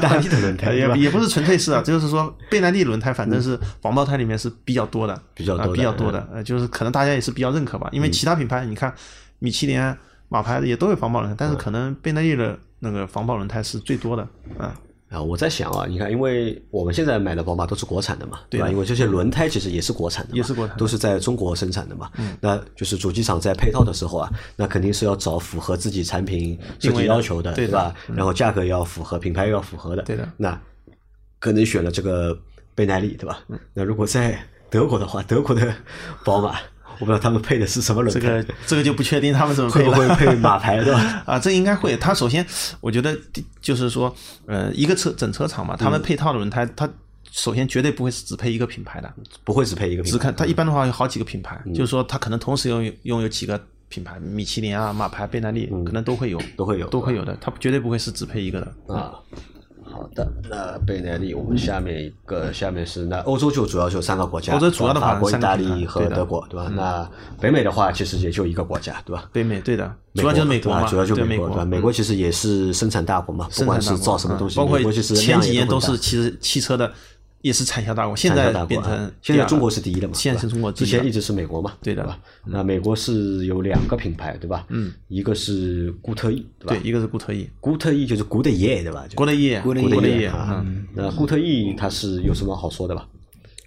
S2: 大利的轮胎， [LAUGHS] 对吧嗯
S3: 也？也不是纯粹是啊，就是说贝耐力轮胎反正是防爆胎里面是比较多的，
S2: 比较多的嗯
S3: 呃比较多的，呃，就是可能大家也是比较认可吧，因为其他品牌你看米其林啊、马牌也都有防爆轮胎，
S2: 嗯
S3: 但是可能贝耐力的那个防爆轮胎是最多的，啊，
S2: 啊，我在想啊，你看，因为我们现在买的宝马都是国产的嘛，对
S3: 对
S2: 吧？
S3: 的
S2: 因为这些轮胎其实也是国产的嘛，
S3: 也是国产的嗯
S2: 都是在中国生产的嘛。那就是主机厂在配套的时候啊，那肯定是要找符合自己产品设计
S3: 定位的
S2: 要求的，
S3: 对的嗯
S2: 吧？然后价格也要符合，品牌也要符合的。
S3: 对的
S2: 那可能选了这个倍耐力，对吧？
S3: 嗯
S2: 那如果在德国的话，德国的宝马，我不知道他们配的是什么轮
S3: 这
S2: 胎，
S3: 个这个就不确定他们怎么
S2: 会
S3: 配
S2: 不
S3: 了。
S2: 会配马牌，对吧？
S3: [LAUGHS] 啊，这应该会。它首先，我觉得第就是说，呃，一个车整车厂嘛，他们
S2: 嗯
S3: 配套的轮胎，它首先绝对不会是只配一个品牌的，
S2: 不会只配一个品牌，啊嗯
S3: 只看它一般的话有好几个品牌，就是说它可能同时拥有拥有几个品牌，米其林啊、马牌、贝耐利，可能都会有，
S2: 嗯都会有
S3: 都会有的，它绝对不会是只配一个的。
S2: 啊，好的，那贝莱利，我们下面一个，下面是那欧洲就主要就三个国家，
S3: 欧洲主要的话
S2: 法国、意
S3: 三个
S2: 大
S3: 国家
S2: 利和
S3: 对的嗯
S2: 德国，对吧？那北美的话，其实也就一个国家，对吧？
S3: 北美对的，主要就是美
S2: 对
S3: 国
S2: 吧
S3: 嘛，
S2: 主要就
S3: 对
S2: 美
S3: 美嗯
S2: 国，对吧？美国其实也是生产大国嘛，不
S3: 生产
S2: 管
S3: 大
S2: 是
S3: 国
S2: 造什么
S3: 嗯
S2: 东西，
S3: 包括
S2: 美国其实
S3: 前几
S2: 量
S3: 年
S2: 也
S3: 都
S2: 很大
S3: 是其实汽车的，也是产销大国，现
S2: 产销
S3: 在
S2: 大国
S3: 变
S2: 啊
S3: 成
S2: 现
S3: 第
S2: 在
S3: 二
S2: 中国
S3: 了
S2: 是第一的嘛，
S3: 现在
S2: 对吧
S3: 是中国第
S2: 之
S3: 一
S2: 前
S3: 了
S2: 一直是美国嘛，
S3: 对的嗯
S2: 吧？那美国是有两个品牌，对吧？嗯，一个是固特异，对吧？
S3: 对，一个是固特异，
S2: 固特异就是固的耶，对吧？就
S3: 国内业，
S2: 国 E，
S3: 国内业，
S2: 啊
S3: 嗯，。
S2: 那固特异它是有什么好说的吧？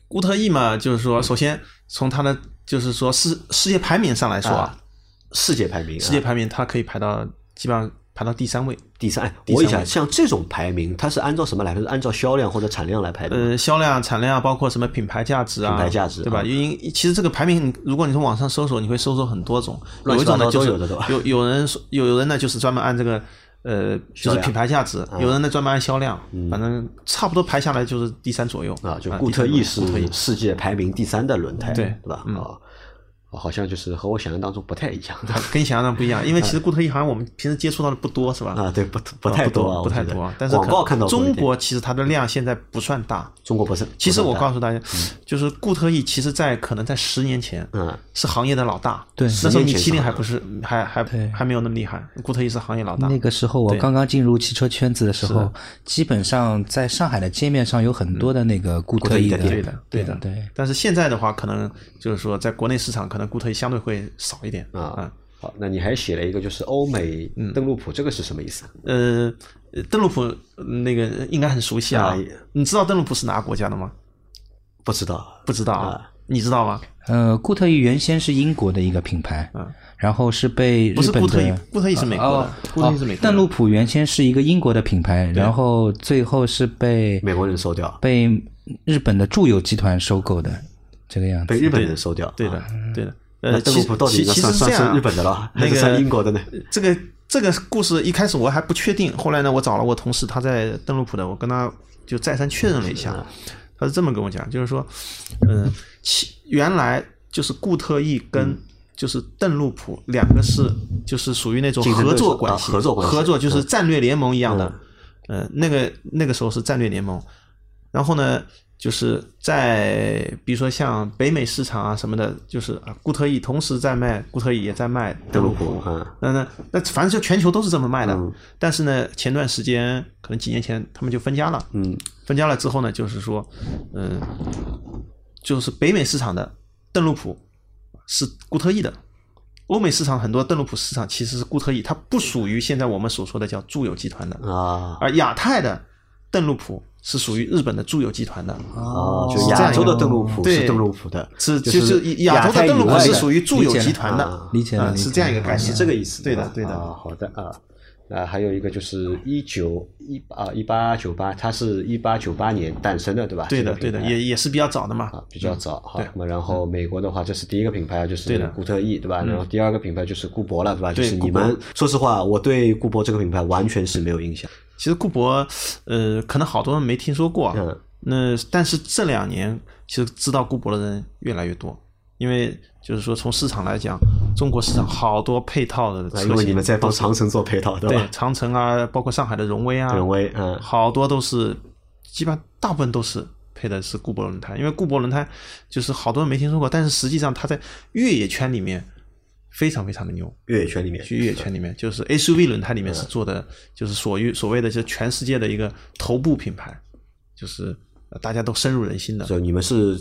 S3: 乌特异嘛，就是说，首先从它的就是说世世界排名上来说啊，
S2: 世界排名、啊，
S3: 世界排名它可以排到基本上排到第三位，
S2: 第三。哎
S3: 第三
S2: 我
S3: 位
S2: 一想，像这种排名，它是按照什么来？它是按照销量或者产量来排的吗。
S3: 呃，销量、产量啊，包括什么品牌价值
S2: 嗯
S3: 啊，
S2: 品牌价值
S3: 对吧？
S2: 嗯
S3: 因其实这个排名，如果你从网上搜索，你会搜索很多种，
S2: 乱
S3: 有一
S2: 七
S3: 种呢
S2: 八糟
S3: 就
S2: 都
S3: 是
S2: 有的对吧
S3: 有有人说有有人呢就是专门按这个呃
S2: 销
S3: 就是
S2: 量嗯
S3: 品牌价值，有人呢专门按销量，反正差不多排下来就是呃第三左右
S2: 啊，就固
S3: 固
S2: 特异
S3: 是
S2: 是世界排名第三的轮胎，
S3: 对嗯
S2: 对吧？啊，好像就是和我想象当中不太一样
S3: [LAUGHS] 跟你想象的不
S2: [LAUGHS]
S3: 一样，因为其实固特异好像我们平时接触到的不多，是吧？
S2: 啊，对，不不
S3: 啊
S2: 太
S3: 不
S2: 多啊，
S3: 不
S2: 我觉
S3: 太
S2: 得
S3: 多啊，但是
S2: 广
S3: 可
S2: 告看到过一
S3: 中
S2: 点
S3: 国其实它的量现在不算大。
S2: 中国不是，
S3: 其实
S2: 不
S3: 我
S2: 算大
S3: 告诉大家，就是固特异，其实在可能在十年前，
S2: 嗯，
S3: 是行业的老大。
S4: 对
S3: 那时
S2: 十
S3: 候
S2: 年
S3: 米
S2: 前
S3: 其林
S2: 是
S3: 还不是，还还
S4: 对
S3: 还没有那么厉害，固特异是行业老大。
S4: 那个时候我
S3: 对
S4: 刚刚进入汽车圈子的时候，基本上在上海的街面上有很多的那个固特异
S2: 固特异的
S3: 对
S4: 店
S3: 的，对的，
S4: 对对。
S3: 但是现在的话，可能就是说，在国内市场，可能固特异相对会少一点
S2: 啊。好，那你还写了一个就是欧美登陆谱，这个是什么意思？啊
S3: 嗯呃，邓禄普呃那个应该很熟悉啊
S2: 啊。
S3: 你知道邓禄普是哪个国家的吗？
S2: 不知道，
S3: 不知道啊，你知道吗？
S4: 呃，固特异原先是英国的一个品牌，然后是被
S3: 不
S4: 日
S3: 是
S4: 本
S3: 固特异
S4: 的，。
S3: 固特异是美国
S4: 哦
S3: 的，啊
S2: 啊
S3: 固特异是美国的。
S4: 邓禄普原先是一个英国的品牌，然后最后是被
S2: 美国人收掉，
S4: 被日本的住友集团收购的，这个样
S2: 被
S4: 子。
S2: 日本人收掉，
S3: 对的
S2: 啊。，
S3: 对的。
S2: 那
S3: 呃，
S2: 邓
S3: 其
S2: 禄
S3: 实
S2: 普到底
S3: 其
S2: 应该
S3: 其
S2: 算
S3: 实
S2: 算
S3: 这样啊
S2: 是日本的了，还
S3: 那
S2: 是
S3: 个呃
S2: 算英国的呢？
S3: 这个这个故事一开始我还不确定，后来呢，我找了我同事，他在邓禄普的，我跟他就再三确认了一下，他是这么跟我讲，就是说，嗯、其原来就是固特异
S2: 嗯
S3: 跟就是邓禄普两个是就是属于那种
S2: 竞争对手
S3: 合作关
S2: 啊
S3: 系，
S2: 合作关系嗯
S3: 合作就是战略联盟一样的，呃，那个那个时候是战略联盟，然后呢，就是在比如说像北美市场啊什么的，就是啊固特异同时在卖固特异也在卖
S2: 邓
S3: 邓
S2: 禄
S3: 禄
S2: 普
S3: 普，
S2: 嗯
S3: 那那那反正就全球都是这么卖的。
S2: 嗯
S3: 但是呢，前段时间可能几年前他们就分家了，
S2: 嗯，
S3: 分家了之后呢，就是说，嗯，就是北美市场的邓禄普是固特异的。欧美市场很多邓禄普市场其实是固特异，它不属于现在我们所说的叫住友集团的，
S2: 啊
S3: 而亚太的邓禄普是属于日本的住友集团的，
S4: 哦
S2: 啊，就是
S3: 哦这
S2: 亚
S3: 样一
S2: 洲
S3: 个
S2: 的邓禄普
S3: 对
S2: 是邓禄普的，
S3: 是
S2: 就
S3: 就是
S2: 是
S3: 亚洲
S2: 太
S3: 的邓禄
S2: 以
S3: 普
S2: 外
S3: 是
S2: 的
S3: 属于住友集团
S2: 理解了
S3: 的
S2: 啊，
S4: 理解了
S3: 嗯
S4: 理解了
S3: 是这样一个概
S2: 是
S3: 念，
S2: 这个意思，
S3: 对
S2: 的
S3: 的，，对的。
S2: 啊，好的啊。那还有一个就是一九一啊一八九八，它是一八九八年诞生的，对吧？
S3: 对的，
S2: 这个
S3: 对
S2: 品
S3: 的，
S2: 牌
S3: 也也是比较早的嘛
S2: 啊，比较早哈
S3: 对。
S2: 那么然后美国的话，这是第一个品牌啊，就
S3: 对
S2: 是
S3: 的嗯
S2: 固特异，对吧？然后第二个品牌就是固铂了，对吧？就
S3: 对
S2: 是你
S3: 固铂
S2: 们说实话，我对固铂这个品牌完全是没有印象。
S3: 其实顾博，呃，可能好多人没听说过啊，
S2: 嗯
S3: 那但是这两年其实知道顾博的人越来越多，因为就是说从市场来讲，中国市场好多配套的车
S2: 啊
S3: 型，
S2: 因为你们在帮长城做配套，对
S3: 对
S2: 吧？
S3: 长城啊，包括上海的荣威啊，
S2: 荣威嗯
S3: 好多都是，基本上大部分都是配的是固铂轮胎，因为固铂轮胎就是好多人没听说过，但是实际上它在越野圈里面非常非常的牛，
S2: 越野圈里面
S3: 去越野圈里面，就是 SUV 轮胎里面是做的，就是所谓所谓的就全世界的一个头部品牌，就是呃大家都深入人心的。
S2: 就你们是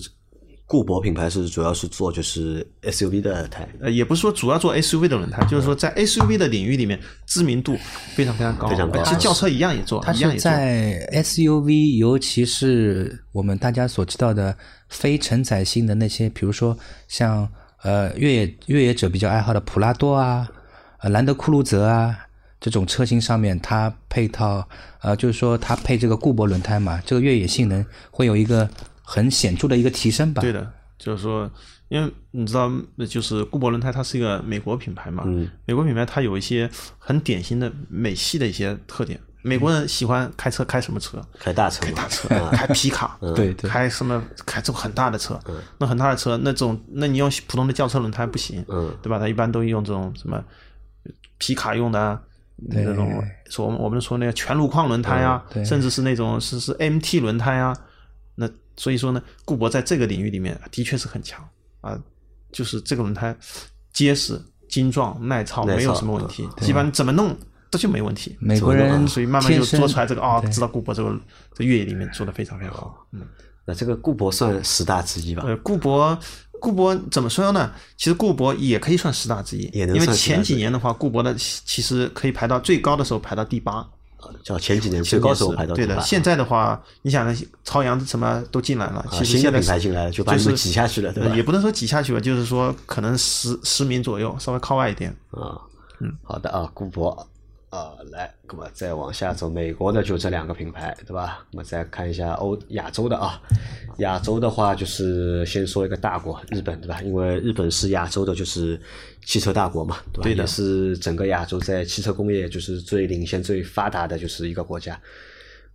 S2: 固铂品牌是主要是做就是 SUV 的胎，
S3: 呃，也不是说主要做 SUV 的轮胎，就是说在 SUV 的领域里面知名度非常非常高，
S2: 非常高
S3: 其实轿车一样也做，
S4: 它
S3: 一样
S4: 是
S3: 也做。
S4: 在 SUV，尤其是我们大家所知道的非承载性的那些，比如说像呃越野越野者比较爱好的普拉多啊、呃兰德酷路泽啊这种车型上面，它配套呃就是说它配这个固铂轮胎嘛，这个越野性能会有一个很显著的一个提升吧。
S3: 对的，就是说，因为你知道，就是固铂轮胎它是一个美国品牌嘛，美国品牌它有一些很典型的美系的一些特点。美国人喜欢开车开什么车？
S2: 开大车嘛，
S3: 大车，
S2: 啊
S3: 开皮卡，
S4: 对对嗯
S3: 开什么开这种很大的车，那很大的车，那种那你用普通的轿车轮胎不行，
S2: 嗯
S3: 对吧？它一般都用这种什么皮卡用的啊。那种说我们我们说那个全路况轮胎啊，
S4: 对
S3: 甚至是那种是是 MT 轮胎啊，那所以说呢，固铂在这个领域里面的确是很强啊，就是这个轮胎结实、精壮、耐操，
S2: 耐
S3: 没有
S2: 操
S3: 什么问题，基本上怎么弄这就没问题。
S4: 嗯美国人
S3: 啊所以慢慢就
S4: 天生
S3: 做出来这个哦，
S4: 对
S3: 知道顾博这个这越野里面做的非常非常好。嗯，
S2: 那这个固铂算十大之一吧？
S3: 呃，顾博顾博怎么说呢？其实顾博也可以算十大之一，
S2: 也能
S3: 因为
S2: 算十大
S3: 前
S2: 之一
S3: 几年的话，顾博的其实可以排到最高的时候排到第八，
S2: 叫前几年最高时候排到
S3: 对
S2: 第
S3: 的，
S2: 八，啊
S3: 现在的话，你想朝阳什么都进来了，其实
S2: 新的
S3: 现在
S2: 品牌进来了就把你们挤下去了对吧
S3: 呃也不能说挤下去了，就是说可能十十名左右，稍微靠外一点。
S2: 啊，
S3: 嗯
S2: 好的啊，顾博啊，来，那么再往下走，美国呢就这两个品牌，对吧？那么再看一下欧亚洲的啊，亚洲的话就是先说一个大国日本，对吧？因为日本是亚洲的，就是汽车大国嘛，对吧？
S3: 对的
S2: 也是整个亚洲在汽车工业就是最领先、最发达的就是一个国家。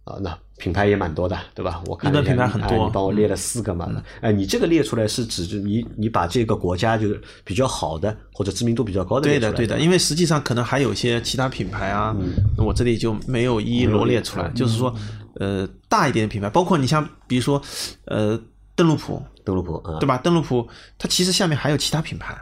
S2: 啊，那品牌也蛮多的，对吧？我看
S3: 日本
S2: 了一下
S3: 品牌
S2: 哎
S3: 很多
S2: 你帮我列了四个嘛。哎，你这个列出来是指就你你把这个国家就是比较好的或者知名度比较高的
S3: 对
S2: 列出
S3: 的，
S2: 来
S3: 对的，
S2: 吧嗯
S3: 因为实际上可能还有一些其他品牌啊，那我这里就没有一一罗列出来。就是说，呃，大一点的品牌，包括你像比如说，呃，邓禄普，
S2: 德鲁普啊，
S3: 对吧？邓禄普它其实下面还有其他品牌，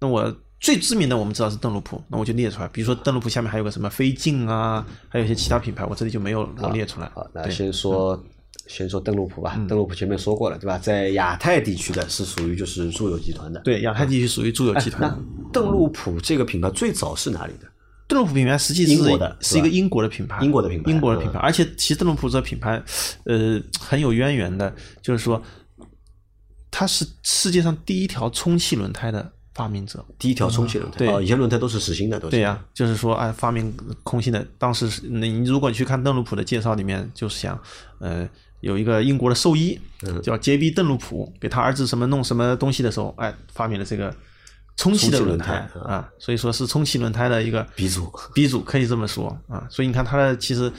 S3: 那我最知名的我们知道是邓禄普，那我就列出来，比如说邓禄普下面还有个什么飞镜啊，还有一些其他品牌，我这里就没有罗列出来。
S2: 啊好，那
S3: 对嗯
S2: 先说先说邓禄普吧。邓禄普前面说过了，对吧？在亚太地区的是属于就是住友集团的。
S3: 对，亚太地区属于住友
S2: 哎，
S3: 集团。
S2: 那邓禄普这个品牌最早是哪里的？
S3: 邓禄普品牌实际是
S2: 英国的
S3: 是一
S2: 是吧
S3: 个英国的品牌，
S2: 英国的品牌嗯
S3: 英国的品牌。而且其实邓禄普这品牌，呃，很有渊源的，就是说，它是世界上第一条充气轮胎的发明者。
S2: 第一条充气轮胎，
S3: 对
S2: 哦，以前轮胎都是实心的，都是。
S3: 对呀、就是说，哎，发明空心的，当时是那你如果你去看邓禄普的介绍里面，就是想，呃，有一个英国的兽医叫杰比邓禄普，给他儿子什么弄什么东西的时候，哎，发明了这个充气
S2: 充气
S3: 的
S2: 轮
S3: 轮胎
S2: 胎
S3: 啊，所以说是充气轮胎的一个
S2: 鼻祖，
S3: 鼻祖可以这么说啊。所以你看他的其实，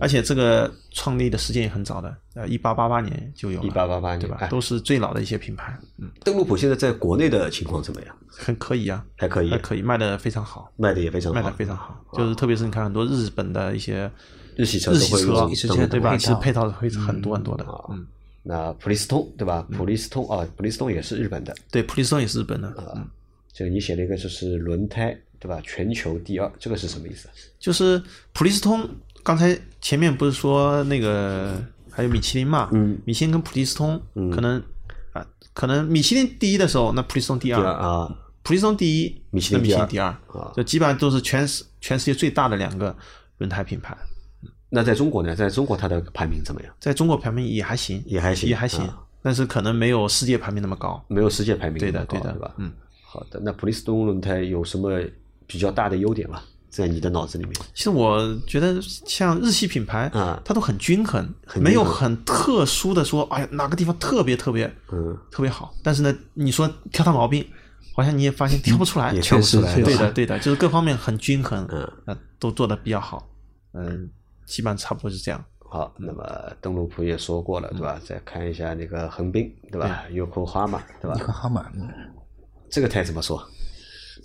S3: 而且这个创立的时间也很早的，呃，一八八八年就有了，
S2: 1888年
S3: 对吧
S2: 哎？
S3: 都是最老的一些品牌，嗯，
S2: 邓禄普现在在国内的情况怎么样？
S3: 很可以啊，
S2: 还可以
S3: 还，可以卖的非常好。
S2: 卖的啊也非常好，
S3: 卖的非常好，就是特别是你看很多日本的一些
S2: 日系车
S3: 日
S2: 都
S3: 系
S2: 会用
S4: 日系
S3: 车
S4: 车
S3: 对
S4: 的
S3: 吧？
S4: 配
S3: 其实
S4: 套
S3: 配套会很多很多的，
S2: 啊
S3: 嗯，
S2: 那普利司通对吧？普利司通啊，普利司通也是日本的。
S3: 对，普利司也是日本的，嗯，
S2: 这个你写了一个就是轮胎对吧？全球第二，这个是什么意思？
S3: 就是普利司通。刚才前面不是说那个还有米其林嘛？
S2: 嗯，
S3: 米其林跟普利司通可能啊，可能米其林第一的时候，那普利司通第
S2: 第二
S3: 二，
S2: 啊，
S3: 普利司通第一，
S2: 米其林
S3: 那米
S2: 第
S3: 其
S2: 二
S3: 林第二
S2: 啊，
S3: 就基本上都是全世全世界最大的两个轮胎品牌。
S2: 那在中国呢？在中国它的排名怎么样？
S3: 在中国排名也还行，
S2: 也还行
S3: 也还行
S2: 啊，
S3: 但是可能没有世界排名那么高。
S2: 没有世界排名
S3: 对
S2: 那
S3: 的，
S2: 么高
S3: 对的，
S2: 对吧？
S3: 嗯，
S2: 好的，那普利司通轮胎有什么比较大的优点吗？在你的脑子里面，
S3: 其实我觉得像日系品牌，
S2: 啊
S3: 它都很均衡，
S2: 很均衡
S3: 没有很特殊的说，哎呀哪个地方特别特别
S2: 嗯，
S3: 特别好。但是呢，你说挑它毛病，好像你也发现挑不出来
S2: 也。
S4: 确
S2: 看不出
S4: 实
S2: 来，
S4: 确实
S3: 对
S2: 吧
S3: 的，对的，就是各方面很均衡，
S2: 嗯
S3: 呃，都做的比较好，嗯，基本上差不多是这样。
S2: 好，那么邓禄普也说过了，对吧？再看一下那个横滨，嗯对吧？Yokohama，对 [LAUGHS]
S4: 一个
S2: 吧？
S4: 号码，嗯
S2: 这个胎怎么说？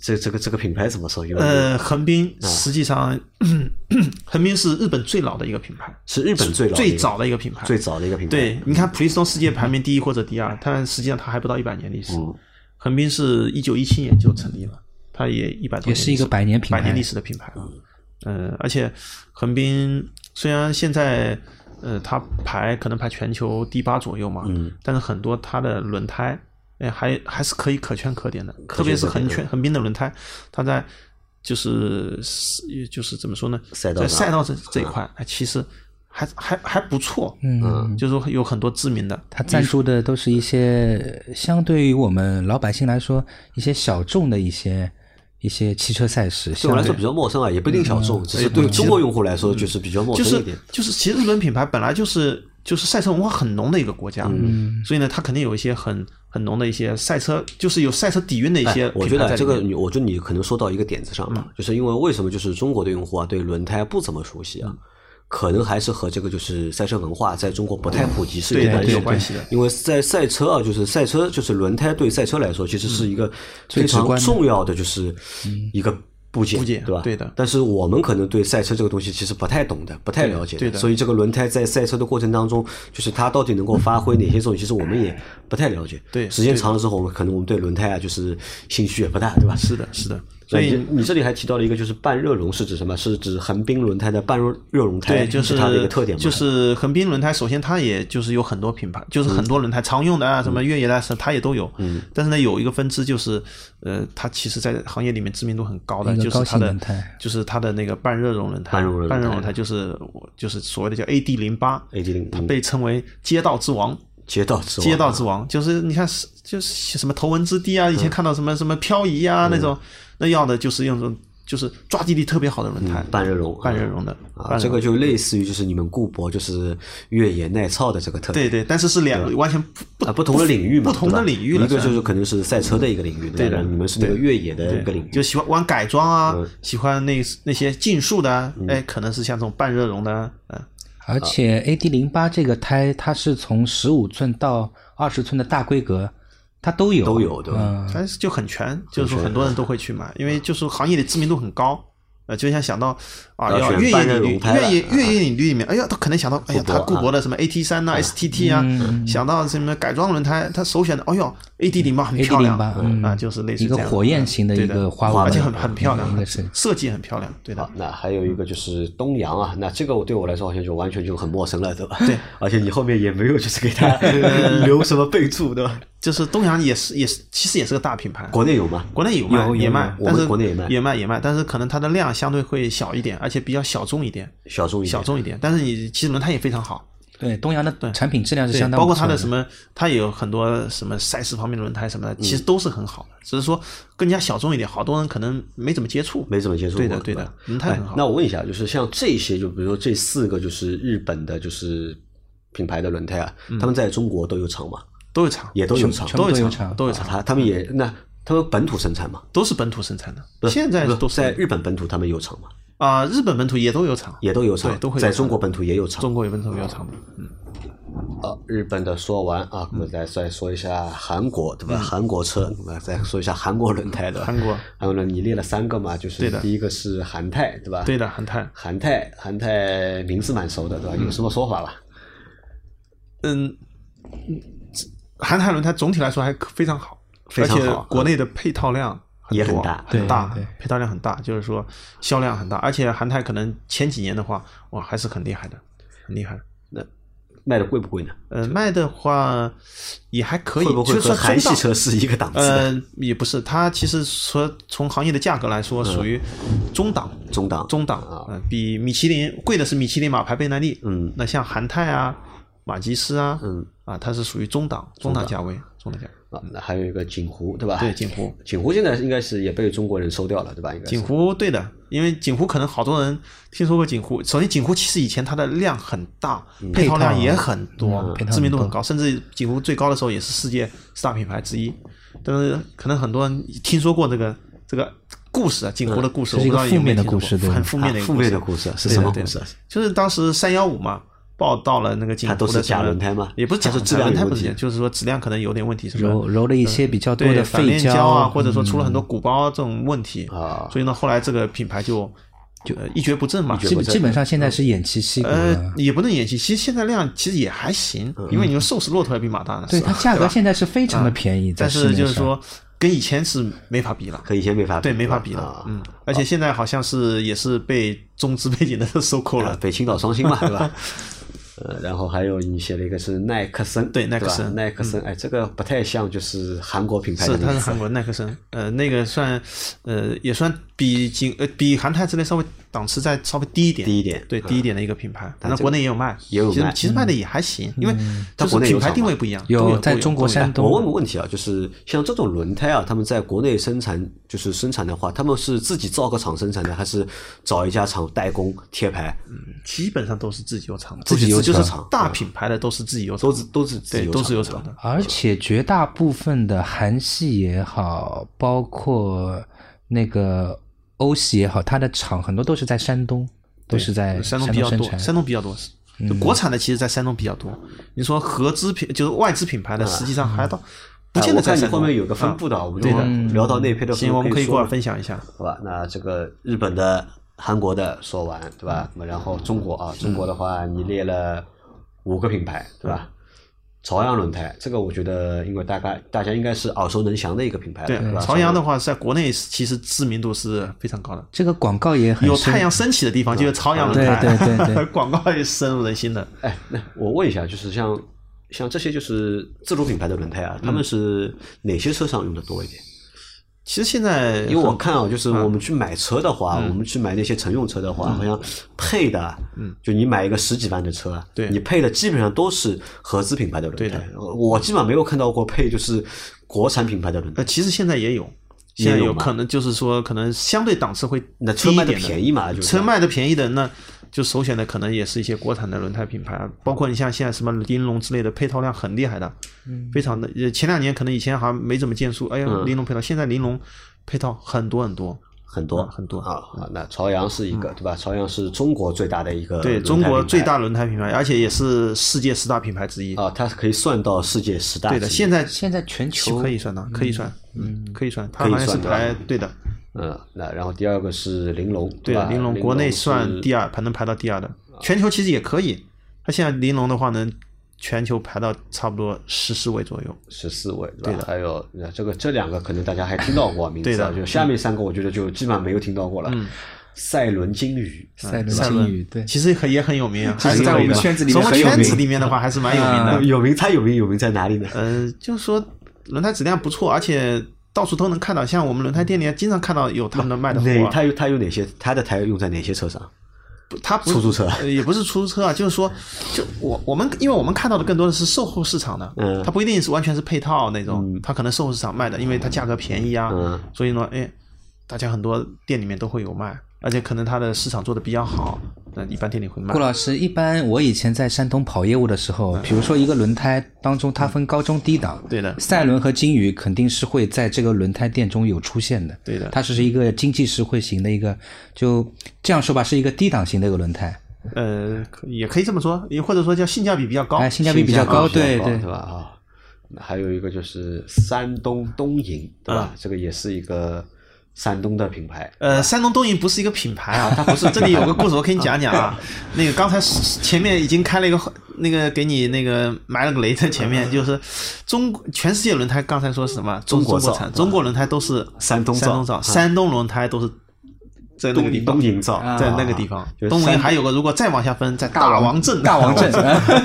S2: 这这个这个品牌怎么说？有
S3: 呃，横滨
S2: 嗯
S3: 实际上， [CLEARS THROAT] 横滨是日本最老的一个品牌，
S2: 是日本最老的一
S3: 最
S2: 个
S3: 早的一个品牌，
S2: 最早的一个品牌，
S3: 对，你看普利司通世界排名第一或者第二，但实际上它还不到一百年历史。
S2: 嗯
S3: 横滨是一九一七年就成立了，它也一百多年历史，
S4: 也是一个百年品牌
S3: 百年历史的品牌。嗯，而且横滨虽然现在呃它排可能排全球第八左右嘛，
S2: 嗯，
S3: 但是很多它的轮胎。哎，还还是可以可圈可点的，
S2: 可圈
S3: 特别是
S2: 可点
S3: 横
S2: 的
S3: 圈横滨的轮胎，它在就是就是怎么说呢，
S2: 赛道
S3: 在
S2: 上
S3: 赛道这这一块，哎，其实还还还不错，
S4: 嗯，
S3: 就是说有很多知名的，
S4: 它赞助的都是一些相对于我们老百姓来说一些小众的一些一些汽车赛事，
S2: 对我来
S4: 像
S2: 说比较陌生啊，也不一定小众，只是对中国用户来说就是比较陌
S3: 就
S2: 生
S3: 是
S2: 一点。
S3: 就是，其实日本品牌本来就是就是赛车文化很浓的一个国家，嗯，所以呢，它肯定有一些很很浓的一些赛车，就是有赛车底蕴的一些
S2: 哎我
S3: 品
S2: 觉
S3: 牌
S2: 得
S3: 在里
S2: 这
S3: 面、嗯
S2: 个你，我觉得你可能说到一个点子上了，就是因为为什么就是中国的用户啊对轮胎不怎么熟
S3: 嗯
S2: 悉啊，可能还是和这个就是赛车文化在中国不太普及是
S3: 对
S2: 有
S3: 的
S2: 关
S3: 对
S2: 系
S3: 有关系的
S2: 因为在赛车啊，就是赛车就是轮胎对赛车来说其实
S3: 嗯
S2: 是一个非
S4: 最直
S2: 常
S4: 观的
S2: 重要的就是一个。部件
S3: 部件
S2: 对吧？
S3: 嗯对的
S2: 但是我们可能对赛车这个东西其实不太懂的，不太了解
S3: 对对的
S2: 所以这个轮胎在赛车的过程当中，就是它到底能够发挥哪些作用，其实我们也不太了解。
S3: 对
S2: 时间
S3: 对
S2: 长了之后，我们可能我们对轮胎啊就是兴趣也不大，对吧？
S3: 是的，是的，所以
S2: 那你你这里还提到了一个，就是半热熔是指什么？是指横滨轮胎的半热热熔胎，
S3: 对，就是
S2: 它的一个特点吗？
S3: 就是横滨轮胎，首先它也就是有很多品牌，就是很多轮胎、常用的
S2: 嗯
S3: 啊，什么越野的，它也都有。嗯。但是呢，有一个分支就是，呃，它其实在行业里面知名度很高的，
S4: 一个
S3: 就是它
S4: 高性
S3: 的
S4: 轮胎，
S3: 就是它的那个半热熔轮胎。
S2: 半热熔轮胎
S3: 就是就是所谓的叫 AD 零八
S2: AD 零
S3: 它被称为街道之王。
S2: 街道嗯之王嗯
S3: 街道之王，就是你看是就是什么头文字 D 啊，以前看到什么什么漂移啊
S2: 嗯
S3: 那种，那要的就是用这种就是抓地力特别好的轮胎，
S2: 嗯半热熔
S3: 半热熔的
S2: 啊，这个就类似于就是你们固铂就是越野耐操的这个特点。
S3: 对对，但是是两完全不
S2: 啊，不同的领域嘛，
S3: 不同的
S2: 对吧
S3: 领域了
S2: 一个
S3: 算
S2: 就是可能是赛车的一个领域，
S3: 对的
S2: 吧你们是那个
S3: 对
S2: 越野的
S3: 对
S2: 一个领域，
S3: 就喜欢玩改装啊，
S2: 嗯
S3: 喜欢那那些竞速的啊，哎，可能是像这种半热熔的啊，嗯，
S4: 而且 AD 零八这个胎，它是从十五寸到二十寸的大规格，它都有
S2: 都有对吧
S4: 嗯，
S3: 但是就很全，就是说很多人
S4: 啊
S3: 都会去买，因为就是行业里知名度很高。呃，就想想到啊，
S2: 要
S3: 要
S2: 选
S3: 越
S2: 半
S3: 野
S2: 热
S3: 领
S2: 熔
S3: 域，
S2: 胎了
S3: 越野越
S4: 啊
S3: 野领域里面，哎呀，他可能想到，哎呀，
S2: 固铂
S3: 他固
S2: 啊
S3: 铂的什么 AT 三呐、STT 啊，
S4: 嗯
S3: 想到什么改装轮胎，他首选的，哎呦，AD 零八很漂亮
S4: 08嗯
S3: 啊，就是类似
S4: 一个
S3: 这样的
S4: 火焰型的嗯
S3: 对
S4: 一个花纹
S3: 而且很很漂亮，
S4: 应该是
S3: 设计很漂亮，对的
S2: 好，。那还有一个就是东阳啊，那这个我对我来说好像就完全就很陌生了，对吧？
S3: 对，
S2: [LAUGHS] 而且你后面也没有就是给
S3: [LAUGHS]
S2: 他 [LAUGHS] 留什么备注，对吧？
S3: 就是东阳也是也是其实也是个大品牌，啊
S2: 国内有吗？
S3: 国内有卖
S2: 有有
S3: 也
S2: 有
S3: 卖，
S2: 我
S3: 但
S2: 们
S3: 是
S2: 国内也卖
S3: 也卖也卖，但是可能它的量相对会小一点，而且比较小众一点，
S2: 小众一点
S3: 小众一点。但是你其实轮胎也非常好，
S4: 对，东阳的产品质量是
S3: 对，
S4: 相当
S3: 包括
S4: 不
S3: 它
S4: 错
S3: 的
S4: 的
S3: 什么，它也有很多什么赛事方面的轮胎什么的，
S2: 嗯
S3: 其实都是很好的，只是说更加小众一点，好多人可能没怎么接触，
S2: 没怎么接触过，
S3: 对的对的
S2: 吧
S3: 轮胎很好
S2: 哎那我问一下，就是像这些，就比如说这四个，就是日本的，就是品牌的轮胎啊，
S3: 嗯
S2: 他们在中国都有厂吗？
S3: 都有厂，
S2: 也都有厂
S4: 全
S3: 都
S4: 部
S3: 有
S4: 都有
S3: 厂，
S4: 厂
S3: 都有
S2: 啊
S3: 厂，
S2: 他他们也那他们本土生产吗？
S3: 都是本土生产
S2: 不
S3: 的，
S2: 是
S3: 现在
S2: 不是
S3: 都是
S2: 在日本本土他们有厂吗？
S3: 啊，日本本土也都有厂，
S2: 也都有厂
S3: 对，都会有
S2: 在
S3: 厂
S2: 中国本土也有厂。
S3: 中国也本土有厂的，
S2: 啊，日本的说完啊，
S3: 嗯
S2: 我们再再说一下韩国，对吧？韩国车，我们再说一下韩国轮胎，对吧？
S3: 韩国
S2: 韩国轮你列了三个嘛，就是
S3: 对的
S2: 第一个是韩泰，对吧？
S3: 对的，韩泰。
S2: 韩泰，韩泰名字蛮熟的，对吧？有什么说法吧？
S3: 嗯，韩泰轮胎总体来说还可非常好，
S2: 非常好
S3: 而且国内的配套量很多
S2: 也很大
S3: 很大
S4: 对对，
S3: 配套量很大，就是说销量很大，而且韩泰可能前几年的话，哇，还是很厉害的，很厉害的。
S2: 那卖的贵不贵呢？
S3: 呃，卖的话也还可以，
S2: 会不会
S3: 就
S2: 和
S3: 算
S2: 韩系
S3: 中档
S2: 车是一个档次的？
S3: 呃，也不是，它其实说从行业的价格来说，属于中档，
S2: 嗯中档
S3: 中档
S2: 啊
S3: 呃比米其林贵的是米其林马牌贝耐利，
S2: 嗯
S3: 那像韩泰啊、马吉斯啊，
S2: 嗯，
S3: 啊，它是属于中档，中档价位，中档价位。
S2: 啊，那还有一个锦湖，对吧？
S3: 对锦湖，
S2: 锦湖现在应该是也被中国人收掉了，对吧？应该是
S3: 锦湖对的，因为锦湖可能好多人听说过锦湖。首先，锦湖其实以前它的量很大，
S2: 嗯
S3: 配套量也很多
S4: 啊嗯，配套
S3: 知名度
S4: 很
S3: 很高，甚至锦湖最高的时候也是世界四大品牌之一。但是可能很多人听说过这个这个故事啊，锦湖的故事，
S4: 这
S3: 我不
S4: 是一
S3: 知
S4: 个
S3: 道有没有听
S4: 负面的故事
S3: 说过
S4: 对
S3: 很负面的一
S2: 嗯啊
S3: 个
S2: 负面的
S3: 故
S2: 故
S3: 事。
S2: 事是
S3: 对
S2: 什么
S3: 的对
S2: 故
S3: 的
S2: 事啊？
S3: 就是当时三幺五嘛，报道了那个锦湖
S2: 它
S3: 的
S2: 都是
S3: 什么
S2: 假轮胎吗
S3: 也不是假
S2: 它是
S3: 轮
S2: 质
S3: 胎，
S2: 量
S3: 轮
S2: 有
S3: 胎
S2: 问
S3: 不是
S2: 题
S3: 假，就是说质量可能有点问题，什么
S4: 揉揉了一些比较多
S3: 对
S4: 的
S3: 反
S4: 废嗯
S3: 链胶啊，
S4: 或
S3: 或者说出了很多鼓包这种问题
S2: 啊
S3: 所以呢，后来这个品牌就就呃一蹶不振嘛，
S4: 基本
S2: 在
S4: 基本上现在是偃旗息鼓了
S3: 呃。也不能演戏，其实现在量其实也还行，因为你说瘦死骆驼也比马大呢，
S4: 对
S3: 是吧
S4: 它价格现在是非常的
S3: 啊
S4: 便 [LAUGHS] 宜，在
S3: 但
S4: 市
S3: 是
S4: 面
S3: 就是
S4: 上
S3: 说跟以前是没法比了。
S2: 和以前没法比，
S3: 对，没法比了
S2: 啊，，
S3: 嗯，而且现在好像是也是被中资背景的收购
S2: 啊
S3: 了，
S2: 北青岛双星嘛，对 [LAUGHS] 吧？呃，然后还有你写了一个是耐克森，
S3: 对耐克
S2: 吧
S3: 森
S2: 耐克森，哎，这个不太像就是韩国品牌的
S3: 是它
S2: 名
S3: 是
S2: 字
S3: 韩国耐克森，呃，那个算呃也算比仅呃比韩泰之类稍微档次再稍微低一点，
S2: 低一点嗯
S3: 对低一点的一个品牌，
S2: 这个
S3: 那国内也有卖，
S2: 也有
S3: 其实
S2: 卖
S3: 其实卖的也还行，因为
S2: 它
S3: 就是
S2: 国内有
S3: 品牌
S2: 厂
S3: 定位
S2: 吗
S3: 不一样，
S4: 有
S3: 都有
S4: 在
S3: 都有
S4: 中国
S3: 都有
S4: 山东
S2: 我问个问题啊，就是像这种轮胎啊，他们在国内生产，就是生产的话，他们是自己造个厂生产的，还是找一家厂代工贴牌？
S3: 基本上都是自己有厂的，
S2: 自己有
S3: 就是
S2: 厂嗯
S3: 大品牌的都是自己有厂
S2: 都
S3: 的，
S2: 是都是自己
S3: 对都是有
S2: 有
S3: 厂
S2: 的。
S3: 的，
S4: 而且绝大部分的韩系也好，包括那个欧系也好，它的厂很多都是在山东，都是在
S3: 山
S4: 东
S3: 比较
S4: 生
S3: 多，
S4: 产。
S3: 山东比较多。就
S2: 嗯
S3: 国产的其实，在山东比较多。你说合资品，就是外资品牌的，实际上还到不见
S2: 嗯哎
S3: 得
S2: 我
S3: 在
S2: 看你
S3: 山东。
S2: 后面有个分
S3: 啊
S2: 布的，我们
S3: 对的
S2: 就聊到内配的分
S3: 行，
S2: 布，
S3: 我们可以
S2: 说
S3: 过来
S2: 了
S3: 分享一下。
S2: 好吧？那这个日本的、韩国的说完，对吧？那么然后中国啊，中国的话你列了五个品牌，对吧？朝阳轮胎，这个我觉得，因为大概大家应该是耳熟能详的一个品牌了，
S3: 对
S2: 对吧？，
S3: 朝阳的话，在国内其实知名度是非常高的。
S4: 这个广告也很
S3: 有
S4: 深
S3: 太阳升起的地方就是朝阳轮
S4: 对
S3: 胎，
S4: 对对对
S3: [LAUGHS] 广告也深入人心的。
S2: 哎，那我问一下，就是像像这些就是自主品牌的轮胎啊，他
S3: 嗯
S2: 们是哪些车上用的多一点？
S3: 其实现在
S2: 因为我
S3: 很
S2: 看啊，就是我们
S3: 嗯
S2: 去买车的话，我们去买那些乘用车的话，好像配的，嗯，就你买一个十几万的车啊，
S3: 对
S2: 你配的基本上都是合资品牌的
S3: 对
S2: 轮
S3: 的
S2: 胎，我我基本上没有看到过配就是国产品牌的轮胎。
S3: 呃，其实现在也有，
S2: 也
S3: 现在
S2: 有
S3: 有
S2: 吗
S3: 可能就是说，可能相对档次会
S2: 那
S3: 低
S2: 车
S3: 一
S2: 卖的
S3: 点
S2: 便宜嘛，就是
S3: 车卖的便宜的，那就首选的可能也是一些国产的轮胎品牌，啊包括你像现在什么玲珑之类的配套量很厉害的，非常的。呃，前两年可能以前好像没怎么见数，哎呀，
S2: 嗯
S3: 玲珑配套，现在玲珑配套很多很多。
S2: 很多
S3: 嗯很多
S2: 啊啊！那朝阳是一个对吧？朝阳是中国最大的一个
S3: 对
S2: 呃轮胎
S3: 中国
S2: 品牌
S3: 最大轮胎品牌，而且也是世界十大品牌之一。
S2: 啊，它啊可以算到世界十大
S3: 对的，
S2: 之一
S3: 现在
S4: 现在全
S3: 其实
S4: 球
S3: 可以算的，可以算，嗯，可以算，它
S2: 可以
S3: 好像是
S2: 算的
S3: 排对的，
S2: 嗯，那然后第二个是玲珑，
S3: 对
S2: 吧？
S3: 的，玲珑啊国内算
S2: 是
S3: 第二，排能排到第二的，全球其实也可以。它现在玲珑的话能全球排到差不多十四位左右。
S2: 十四位，对吧？
S3: 对的
S2: 还有那这个这两个可能大家还听到过名字
S3: 对
S2: 啊，
S3: 的
S2: 就下面三个我觉得就基本上没有听到过了。
S3: 嗯
S2: 赛伦金鱼，
S4: 赛
S3: 赛
S4: 轮
S3: 伦
S4: 金鱼对，
S3: 其实很也很有名啊，
S2: 其
S3: 还
S2: 实
S3: 是
S2: 在我们
S5: 圈子里面
S3: 从我
S5: 很有
S3: 圈子
S5: 名
S3: 里面的话还是蛮有名的。
S2: 嗯 [LAUGHS] 有名它有名有名在哪里呢？
S3: 呃，就是说轮胎质量不错，而且到处都能看到，像我们轮胎店里经常看到有他们的卖的货
S2: 哪
S3: 啊。
S2: 它有它有哪些？它的胎用在哪些车上？
S3: 不它不
S2: 出租车
S3: 呃也不是出租车啊，就是说，就我我们因为我们看到的更多的是售后市场的，
S2: 嗯
S3: 它不一定是完全是配套那种，它可能售后市场卖的，因为它价格便宜啊，
S2: 嗯
S3: 所以呢，哎，大家很多店里面都会有卖，而且可能它的市场做的比较好，那一般店里会卖
S4: 顾。老师，一般我以前在山东跑业务的时
S3: 嗯
S4: 候，比如说一个轮胎当中，它分高中低档，
S3: 对的
S4: 赛轮和金鱼肯定是会在这个轮胎店中有出现的，
S3: 对的
S4: 它只是一个经济实惠型的一个，就这样说吧，是一个低档型的一个轮胎，
S3: 呃，可也可以这么说，也或者说叫性价比比较高。
S4: 哎，性价比比较高，对
S2: 对
S4: 对
S2: 吧？啊，那还有一个就是山东东营，对吧？这个也是一个山东的品牌。
S3: 啊呃，山东东营不是一个品牌啊，它不是。这里有个故事，我给你讲讲啊。 [LAUGHS] 那个刚才前面已经开了一个那个给你那个埋了个雷在前面，就是中全世界轮胎，刚才说是什么？中
S2: 中国
S3: 中
S2: 造啊
S3: 国产，中国轮胎都是
S2: 山东造
S3: 山东造，山东轮胎都是在那个
S2: 东
S3: 地
S2: 营
S3: 方啊
S2: 东，营造，啊
S3: 在那个地方。
S2: 就是
S3: 东
S2: 山
S3: 营还有个，如果再往下分，在大王镇，
S4: 大王镇
S3: [LAUGHS]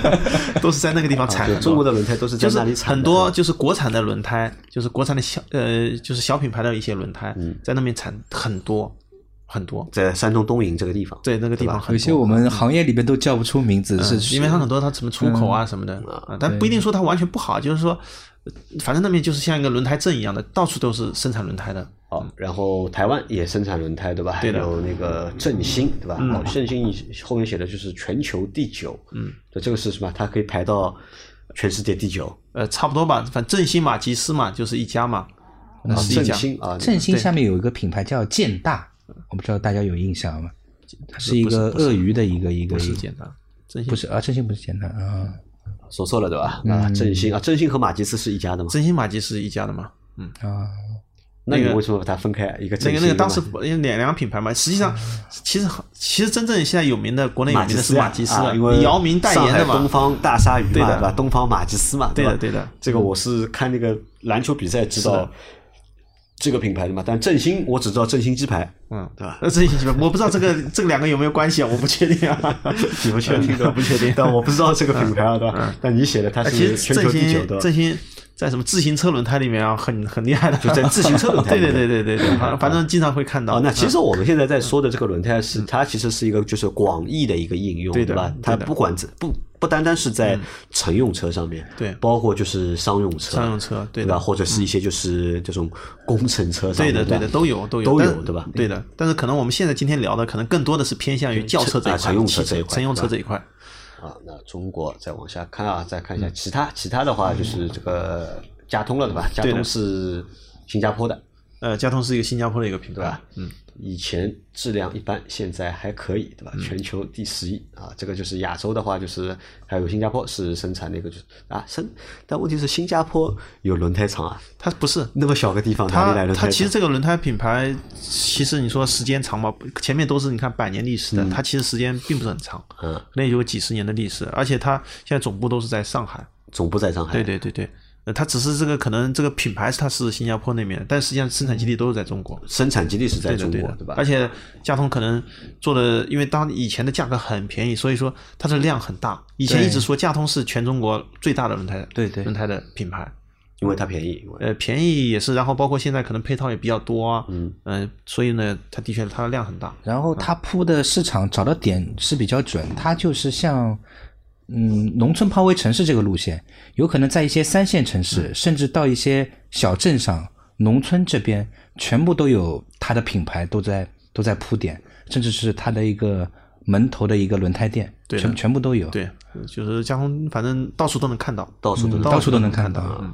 S3: 都是在那个地方产
S2: 啊就
S3: 的。
S2: 中国的轮胎都是在
S3: 就是
S2: 那里产的
S3: 很多就是国产的轮胎，就是国产的小呃，就是小品牌的一些轮胎，
S4: 嗯
S3: 在那边产很多很多，
S2: 在山东东营这个地方。
S3: 对那个地方很多
S4: 有些我们行业里边都叫不出名字，
S3: 嗯
S4: 是嗯
S3: 因为它很多它什么出口啊什么的，啊但不一定说它完全不好，就是说，呃反正那边就是像一个轮胎镇一样的，到处都是生产轮胎的。
S2: 哦，然后台湾也生产轮胎，对吧？还
S3: 对的
S2: 有那个振兴，对吧？哦，振兴后面写的就是全球第九，嗯，对，这个是什么？它可以排到全世界第九。
S3: 呃，差不多吧，反正振兴嘛、吉思嘛，就是一家嘛，
S2: 啊，
S3: 是一
S2: 振
S3: 家。
S2: 兴啊，
S4: 振兴
S3: 对
S4: 下面有一个品牌叫健大，我不知道大家有印象吗？它是一个
S3: 不是
S4: 鳄鱼的一个一个
S3: 不
S4: 一
S3: 是
S4: 个，
S3: 简单，振兴
S4: 不是啊，振兴不是简单啊，
S2: 说错了对吧？
S3: 嗯
S2: 啊，振兴啊，振兴和马吉斯是一家的嘛？
S3: 振兴马吉是一家的嘛。
S4: 啊
S2: 那你
S3: 那个
S2: 为什么把它分开？一个振兴
S3: 那个
S2: 一
S3: 那个
S2: 马
S3: 当时不因为两两个品牌嘛，实际上其实很其实真正现在有名的国内有
S2: 马
S3: 名
S2: 吉
S3: 的是
S2: 斯
S3: 马
S2: 啊
S3: 吉斯
S2: 啊
S3: 了，
S2: 因为
S3: 姚明代言的
S2: 上海东
S3: 嘛。
S2: 方大鲨鱼嘛，
S3: 对的
S2: 吧？东方马吉斯嘛，吧
S3: 对的对的
S2: 这个我是看那个篮球比赛知
S3: 是
S2: 道
S3: 的
S2: 这个品牌的嘛，但振兴我只知道振兴鸡
S3: [LAUGHS]
S2: 排，
S3: 嗯，
S2: 对吧？
S3: 那振兴我不知道这个这个两个有没有关系啊，我不确
S2: [LAUGHS]
S3: 定啊。
S2: 你不确定的，不确定。但我不知道这个品牌啊，对吧？但你写的它
S3: 哎其
S2: 是
S3: 实
S2: 全球
S3: 振
S2: 第九
S3: 兴
S2: 的，
S3: 振兴在什么自行车轮胎里面啊，很很厉害的，
S2: 就在自行车
S3: [LAUGHS]
S2: 轮胎里
S3: 对
S2: 面
S3: 对对对
S2: [LAUGHS]
S3: 对对，反反正经常会看到。嗯
S2: 哦，那其实我们现在在说的这个轮胎是，它其实是一个就是广义的一个应用，
S3: 对的
S2: 吧
S3: 对？
S2: 它
S3: 的嗯
S2: 不管在不不单单是在乘用车上面，
S3: 对
S2: 包括就是商用车，
S3: 商用车对
S2: 对
S3: 的嗯
S2: 吧？或者是一些就是这种工程车上
S3: 对
S2: 面，
S3: 的，对
S2: 对
S3: 的，都有，都有，
S2: 都
S3: 但
S2: 有，对吧？
S3: 对的，但是可能我们现在今天聊的，可能更多的是偏向于轿车这一
S2: 啊
S3: 块、
S2: 乘用车
S3: 汽
S2: 这一块
S3: 乘用
S2: 对
S3: 车
S2: 吧
S3: 这一块。
S2: 啊，那中国再往下看啊，再
S3: 嗯
S2: 看一下其他，其他的话就是这个佳通了，对吧？佳
S3: 对的
S2: 通是新加坡的，
S3: 呃，交通是一个新加坡的一个品牌，
S2: 对吧？
S3: 嗯，
S2: 以前质量一般，现在还可以，对
S3: 嗯
S2: 吧？全球第十一啊，这个就是亚洲的话，就是还有新加坡是生产那个就是啊生，但问题是新加坡有轮胎厂啊，
S3: 它不是，
S2: 那么小个地方哪里来
S3: 它
S2: 的轮胎
S3: 它
S2: 厂？
S3: 其实这个轮胎品牌，其实你说时间长嘛，前面都是你看百年历史的，它其实时间并不是很长，
S2: 嗯，
S3: 可能也就几十年的历史，而且它现在总部都是在上海，
S2: 总部在上海。
S3: 对对对对，呃，它只是这个可能这个品牌它是新加坡那边的，但实际上生产基地都是在中国。
S2: 生产基地是在
S3: 对的
S2: 中
S3: 对
S2: 国，
S3: 的，
S2: 对吧？
S3: 而且佳通可能做的，因为当以前的价格很便宜，所以说它的量很大。以前
S4: 对
S3: 一直说佳通是全中国最大的轮胎，
S4: 对对
S3: 轮胎的品牌。
S2: 因为它便宜，因为
S3: 呃，便宜也是，然后包括现在可能配套也比较多啊，嗯、所以呢，它的确它的量很大。
S2: 啊
S4: 然后他铺的市场找的点是比较准，他就是像嗯农村包围城市这个路线，有可能在一些三线城市，
S3: 嗯
S4: 甚至到一些小镇上、农村这边，全部都有他的品牌都在都在铺点，甚至是他的一个门头的一个轮胎店，
S3: 对的
S4: 全全部都有，
S3: 对，就是佳通，反正到处都能看到。
S2: 到啊处都
S4: 嗯，
S2: 能
S4: 到处都能
S3: 看
S4: 看到。
S3: 到嗯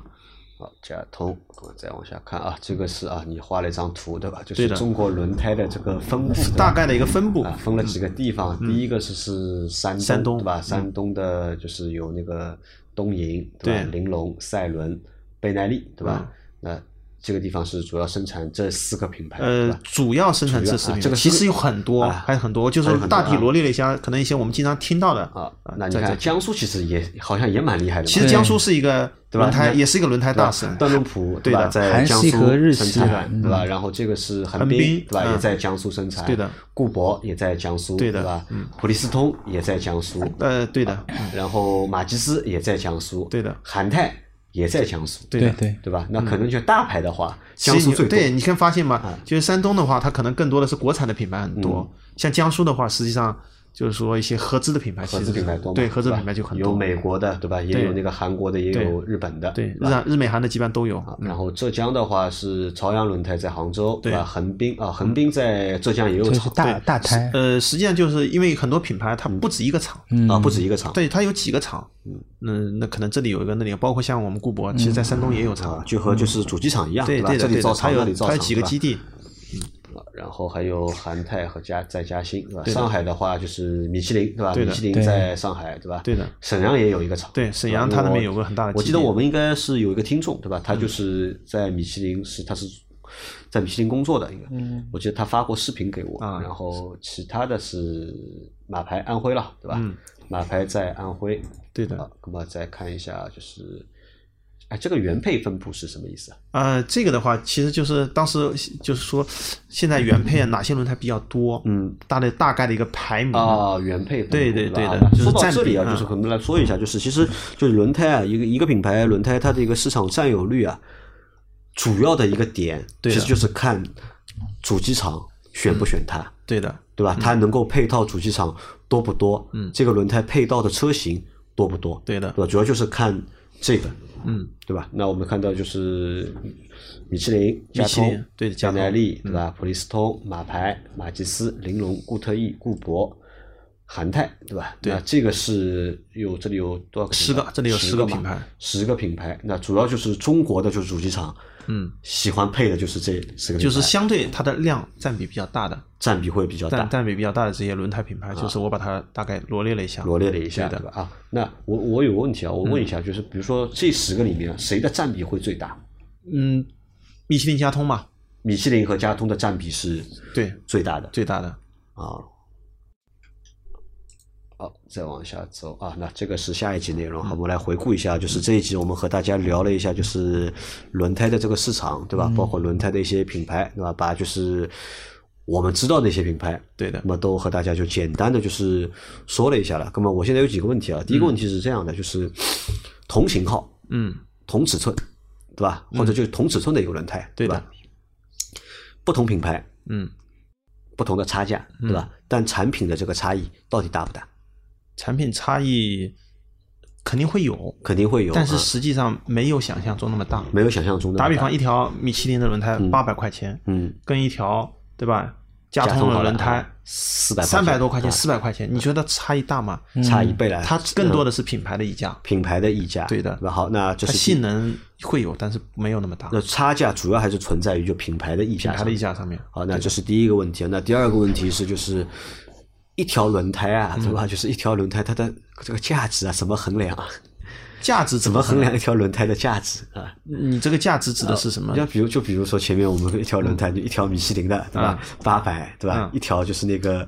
S2: 好，甲通，我再往下看啊，这个是啊，你画了一张图对吧？就
S3: 对
S2: 是
S3: 的
S2: 中国轮胎的这个分布，对吧
S3: 大概的一个分布
S2: 啊，分了几个地方。第一个是是山东，
S3: 山东
S2: 对吧？
S3: 嗯
S2: 山东的就是有那个东营，对吧？
S3: 对
S2: 玲珑、赛伦、倍耐力，对吧
S3: 嗯？
S2: 那这个地方是主要生产这四个品牌，对
S3: 呃
S2: 吧？，
S3: 主要生产
S2: 主要
S3: 这四
S2: 啊
S3: 品牌，
S2: 这个
S3: 其
S2: 是
S3: 实有很多，
S2: 啊
S3: 还有很多，就
S2: 还有
S3: 是
S2: 很多
S3: 大体
S2: 啊
S3: 罗列了一下，可能一些我们经常听到的
S2: 啊，那你
S3: 呃在
S2: 看
S3: 在
S2: 江苏其实也好像也蛮厉害的嘛，
S3: 其实
S4: 对
S3: 江苏是一个
S2: 对吧
S3: 轮胎，
S2: 那
S3: 也是一个轮胎
S2: 对吧
S3: 大省。
S2: 段路普
S3: 对
S2: 吧？
S3: 的
S2: 在
S4: 韩
S2: 江
S4: 系
S2: 苏
S4: 和日
S2: 生
S4: 系
S2: 产
S4: 嗯
S2: 对吧？然后这个是横
S3: 横
S2: 滨
S3: 滨
S2: 对吧？
S3: 嗯
S2: 也在江苏生产，
S3: 对的。
S2: 固铂也在江苏
S3: 对的
S2: 吧
S3: 嗯？
S2: 普利司通也在江苏，
S3: 呃，对的，
S2: 然后马吉斯也在江苏，
S3: 对的
S2: 韩泰也在江苏，
S3: 对的。
S4: 对，
S2: 对吧？那可能就大牌的话，
S3: 其
S2: 江
S3: 实
S2: 苏
S3: 你
S2: 最多。嗯
S3: 对，你可以发现嘛，就是山东的话，它可能更多的是国产的品牌很多，像江苏的话，实际上就是说一些合资的品牌，
S2: 合
S3: 其
S2: 资
S3: 实
S2: 品牌多嘛？
S3: 对，合资
S2: 对吧
S3: 品牌就很
S2: 有
S3: 多，
S2: 美国的，对吧？也
S3: 对
S2: 有那个韩国的，也
S3: 对
S2: 有日本的，
S3: 对，
S2: 吧
S3: 日韩日嗯美韩的基本都有嗯
S2: 啊，然后浙江的话是朝阳轮胎在杭州，对吧？横滨啊，横滨在浙江也有
S4: 就是
S2: 厂，
S4: 大大胎，
S3: 呃，实际上就是因为很多品牌它不止一个厂，
S4: 嗯
S2: 啊，不止一个厂
S3: 对，它有几个厂，嗯，那可能这里有一个，那里有包括像我们固铂，其实在山东也有
S2: 啊
S3: 厂，，
S2: 就和就是主机厂一样，
S3: 嗯对
S2: 吧？
S3: 对
S2: 这里
S3: 的对
S2: 造
S3: 的，它
S2: 厂，那
S3: 有
S2: 里造
S3: 它
S2: 厂，
S3: 有几个
S2: 对吧
S3: 基地，
S2: 啊然后还有韩泰和嘉在嘉兴，对吧？
S3: 对的
S2: 上海的话就是米其林，对吧？
S3: 对
S2: 米
S3: 的
S2: 其林
S4: 对
S2: 在上海，对吧？
S3: 对的
S2: 沈阳也有一个厂，
S3: 对沈阳
S2: 吧
S3: 它那边
S2: 因为
S3: 有个很大的
S2: 我记
S3: 基
S2: 得
S3: 地嗯
S2: 我们应该是有一个听众，对吧？他就是在米其林是他是在米其林工作的，应该。
S4: 嗯
S2: 我记得他发过视频给我，
S3: 啊
S2: 然后其他的是马牌安徽了，对吧？
S3: 嗯
S2: 马牌在安徽。
S3: 对的
S2: 啊，那么再看一下就是。哎，这个原配分布是什么意思啊？
S3: 呃，这个的话，其实就是当时就是说，现在原配啊哪些轮胎比较多，
S2: 嗯，
S3: 大的大概的一个排名
S2: 啊，原配分布
S3: 嗯对对
S2: 吧
S3: 对的
S2: 啊
S3: 就是
S2: 说到
S3: 占
S2: 这里啊，
S3: 比
S2: 就是
S3: 嗯
S2: 我们来说一下，就是其实就是轮胎啊，一个一个品牌轮胎它的一个市场占有率啊，主要的一个点其
S3: 对的啊嗯
S2: 实就是看主机厂选不选它。
S3: 对的，
S2: 对吧？它能够配套主机厂多不多？
S3: 嗯
S2: 这个轮胎配套的车型多不多？
S3: 对的
S2: 对吧？主要就是看这个，
S3: 嗯，
S2: 对吧？那我们看到就是米其林、
S3: 米
S2: 佳
S3: 其林
S2: 通、
S3: 对的
S2: 加
S3: 佳通嗯
S2: 耐力，对吧？普利司通、马牌、马吉斯、玲珑、固特异、固铂。韩泰对吧？
S3: 对
S2: 那这个是有这里有多少个品牌？
S3: 十个这里有
S2: 十
S3: 十个
S2: 嘛
S3: 品牌，
S2: 十个品牌。那主要就是中国的就是主机厂，
S3: 嗯，
S2: 喜欢配的就是这十个品牌，
S3: 就是相对它的量占比比较大的，
S2: 占比会比较大
S3: 占。占比比较大的这些轮胎品牌，就是我把它大概罗列了一下，
S2: 罗列了一下，
S3: 对
S2: 对
S3: 的
S2: 吧？啊，那我我有个问题啊，我问一下，就是比如说这十个里面，谁的占比会最大？
S3: 嗯，米其林佳通嘛，
S2: 米其林和佳通的占比是
S3: 对，
S2: 最大的
S3: 最大的，
S2: 啊。好，再往下走啊，那这个是下一集内容。好，我们来回顾一下，就是这一集我们和大家聊了一下，就是轮胎的这个市场，对吧？包括轮胎的一些品牌，对吧？把就是我们知道的一些品牌，
S3: 对的
S2: 那，么都和大家就简单的就是说了一下了。那么我现在有几个问题啊，第一个问题是这样的，就是同型号，
S3: 嗯，
S2: 同尺寸，对吧？或者就是同尺寸的一个轮胎，
S3: 对的
S2: 吧？不同品牌，
S3: 嗯，
S2: 不同的差价，对吧？但产品的这个差异到底大不大？
S3: 产品差异肯定会有，
S2: 肯定会有，
S3: 但是
S2: 啊
S3: 实际上没有想象中那么大。
S2: 没有想象中的。
S3: 打比方，一，条米其林的轮胎八百块钱，
S2: 嗯，
S3: 跟一条对吧，加
S2: 加
S3: 通
S2: 通
S3: 的
S2: 好
S3: 轮胎
S2: 四百
S3: 三百多块钱、
S2: 啊
S3: 四百块钱，你觉得差异大吗？
S2: 嗯差一倍了。
S3: 它更多
S2: 的
S3: 的是品牌的溢价，
S2: 品牌的溢价，
S3: 对的
S2: 吧好，那这
S3: 它
S2: 是
S3: 性
S2: 第一。
S3: 能会有，但是没有那么大。
S2: 那差价主要还是存在于就品牌的溢价
S3: 品
S2: 上，
S3: 牌的溢价上面，
S2: 好，那这是第一个问题。那第二个问题是，就是一条轮胎啊，
S3: 嗯
S2: 对吧？就是一条轮胎，它的这个价值啊，怎么衡量啊？
S3: 价值
S2: 怎么衡量一？条轮胎的价值啊？
S3: 你这个价值指的是什么？
S2: 像比如，就比如说前面我们一条轮胎，就一条米其林的，对吧？八百，对吧？
S3: 啊嗯
S2: 一条就是那个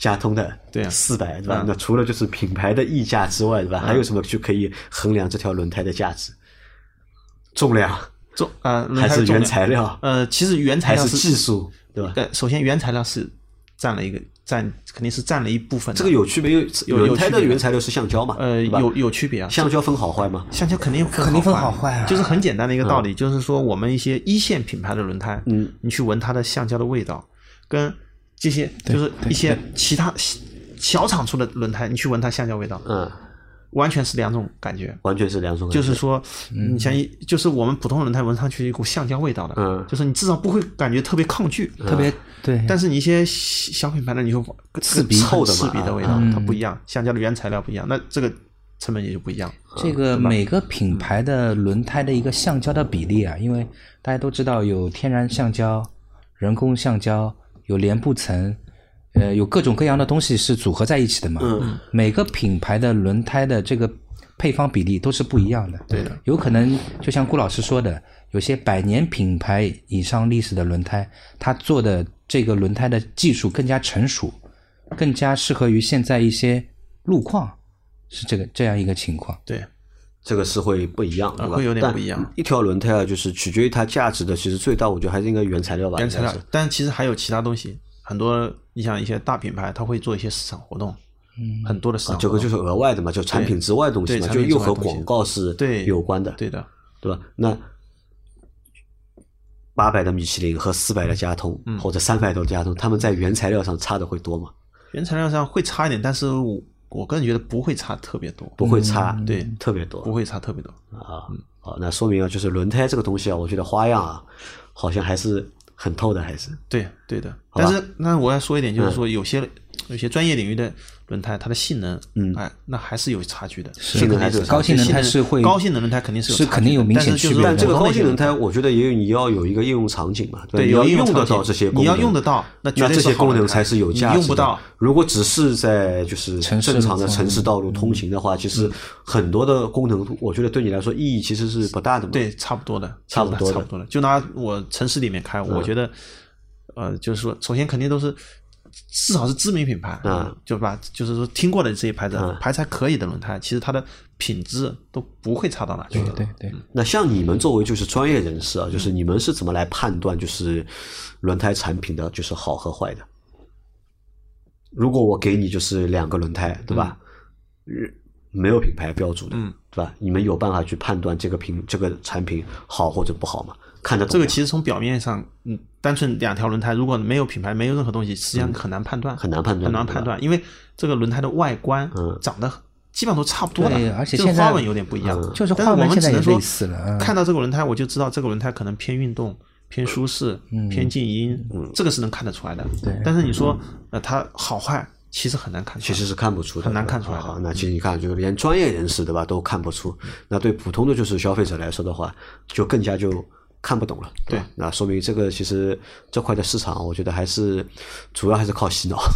S2: 佳通的
S3: 对啊
S2: 四百对吧
S3: 嗯？
S2: 那除了就是品牌的溢价之外，对吧？还有什么去可以衡量这条轮胎的价值？重量
S3: 重啊，轮
S2: 还
S3: 胎
S2: 是
S3: 的重
S2: 原
S3: 量
S2: 材料，
S3: 呃，其实原材
S2: 还
S3: 料
S2: 是
S3: 是
S2: 技术，对吧？
S3: 呃，首先原材料是占了一个占，肯定是占了一部分的。
S2: 这个有区别，因为
S3: 有有
S2: 轮胎
S3: 区
S2: 的
S3: 别
S2: 原材料是橡胶嘛？
S3: 呃
S2: 对吧
S3: 有有区别啊，
S2: 橡胶分好坏吗？
S3: 橡胶肯定分
S4: 肯定分
S3: 好
S4: 好坏啊嗯
S3: 就是很简单的一个道理，就是说我们一些一线品牌的轮胎，
S2: 嗯，
S3: 你去闻它的橡胶的味道，跟这些
S4: 对
S3: 就是
S4: 对
S3: 一些其他小小厂出的轮胎，你去闻它橡胶味道，
S2: 嗯，
S3: 完全是两种感觉。
S2: 完全是两种感觉，
S3: 就是说，
S4: 嗯
S3: 你像一就是我们普通轮胎闻上去一股橡胶味道的，
S2: 嗯
S3: 就是你至少不会感觉特别抗拒，嗯
S4: 特别对，
S3: 但是你一些小品牌的，你就
S2: 刺鼻
S3: 臭的
S2: 臭
S3: 刺
S2: 的嘛
S3: 鼻的味
S4: 嗯
S3: 道，它不一样，橡胶的原材料不一样，那这个成本也就不一样。
S4: 这个每个品牌的轮胎的一个橡胶的比例啊，因为大家都知道有天然橡胶、人工橡胶，有帘布层，呃，有各种各样的东西是组合在一起的嘛。
S2: 嗯，
S4: 每个品牌的轮胎的这个配方比例都是不一样的。
S3: 对的，
S4: 有可能就像顾老师说的，有些百年品牌以上历史的轮胎，它做的这个轮胎的技术更加成熟，更加适合于现在一些路况，是这个这样一个情况。
S3: 对，
S2: 这个是会不一样，对吧？
S3: 啊会有点
S2: 但
S3: 不一样
S2: 一条轮胎啊，就是取决于它价值的，其实最大我觉得还是应该原材料吧。
S3: 原材料
S2: 应该是，
S3: 但其实还有其他东西，很多你像一些大品牌，它会做一些市场活动，
S4: 嗯
S3: 很多的市场
S2: 啊这
S3: 活
S2: 个就
S3: 动
S2: 是额外的嘛，就产品之外的东西
S3: 对
S2: 嘛，
S3: 产
S2: 就
S3: 品
S2: 又和
S3: 之外的东西
S2: 广告是
S3: 对
S2: 有关的，
S3: 对的，
S2: 对吧？那八百的米其林和四百的佳通，
S3: 嗯
S2: 或者三百的佳通，他们在原材料上差的会多吗？
S3: 原材料上会差一点，但是我我个人觉得不会差特别多，
S2: 不会差，
S3: 嗯对
S2: 特别多
S3: 不会差特别多。
S2: 啊。好，那说明啊，就是轮胎这个东西啊，我觉得花样啊，好像还是很透的，还是
S3: 对对的，
S2: 好吧
S3: 但是那我要说一点，就是说有些、有些专业领域的轮胎，它的性能，
S2: 嗯
S3: 哎，那还是有差距的。
S4: 是
S3: 这
S2: 性
S3: 肯定
S2: 能还是有差距
S4: 高性能胎是会
S3: 高性能轮胎肯定是有
S4: 是
S3: 差距
S4: 肯定有
S3: 的
S4: 明
S3: 但
S4: 显
S3: 是就
S4: 区
S3: 是
S4: 别的
S2: 但这个
S3: 普
S2: 高
S3: 通
S2: 性能
S3: 轮胎
S2: 胎，我觉得也有你要有一个应用场景嘛，
S3: 对
S2: 你要
S3: 有应
S2: 用
S3: 用
S2: 得
S3: 场
S2: 到
S3: 景
S2: 这些功能，
S3: 你要用得到那绝
S2: 那
S3: 对
S2: 这些
S3: 是好
S2: 功能
S3: 轮胎
S2: 才是有
S3: 你
S2: 价值的。
S3: 用不到
S2: 如果只是在就是
S4: 城市
S2: 正常的
S4: 路
S2: 城市道路通行的话，其
S3: 嗯
S2: 实很多的功能，我觉得对你来说意义其实是不大的嘛。
S3: 对，差不多的，
S2: 差不
S3: 不
S2: 多的嗯
S3: 差多的。就拿我城市里面开，我觉得，呃，就是说，首先肯定都是至少是知名品牌，
S2: 嗯，
S3: 就把就是说听过的这些牌子
S2: 嗯，
S3: 牌子还可以的轮胎，其实它的品质都不会差到哪去
S4: 对嗯
S3: 的。
S4: 对对，
S2: 那像你们作为就是专业人士啊，就是你们是怎么来判断就是轮胎产品的就是好和坏的？如果我给你就是两个轮胎，对吧？日没有品牌标注的，
S3: 嗯
S2: 对吧？你们有办法去判断这个品这个产品好或者不好吗？看得懂
S3: 这
S2: 吗
S3: 个其实从表面上，嗯，单纯两条轮胎，如果没有品牌，没有任何东西，实际上很难判断，
S2: 很难判断
S3: 很难判断，因为这个轮胎的外观
S2: 嗯
S3: 长得基本上都差不多
S4: 对
S3: 的，
S4: 而且
S3: 就是
S4: 现在
S3: 花纹有点不一样，
S4: 嗯就是
S3: 但是
S4: 花纹
S3: 我们
S4: 现在
S3: 只能
S4: 也
S3: 说
S4: 类似了嗯
S3: 看到这个轮胎，我就知道这个轮胎可能偏运动。偏舒适，偏静音，这个是能看得出来的。
S4: 嗯对
S3: 但是你说，呃，它好坏其实很难看出
S2: 其
S3: 来。
S2: 实是看不出的，啊
S3: 很难看出来的嗯
S2: 好，那其实你看，就是连专业人士对吧都看不出，那对普通的就是消费者来说的话，就更加就看不懂了。吧
S3: 对
S2: 那说明这个其实这块的市场，我觉得还是主要还是靠洗
S3: [LAUGHS]
S2: 脑，吧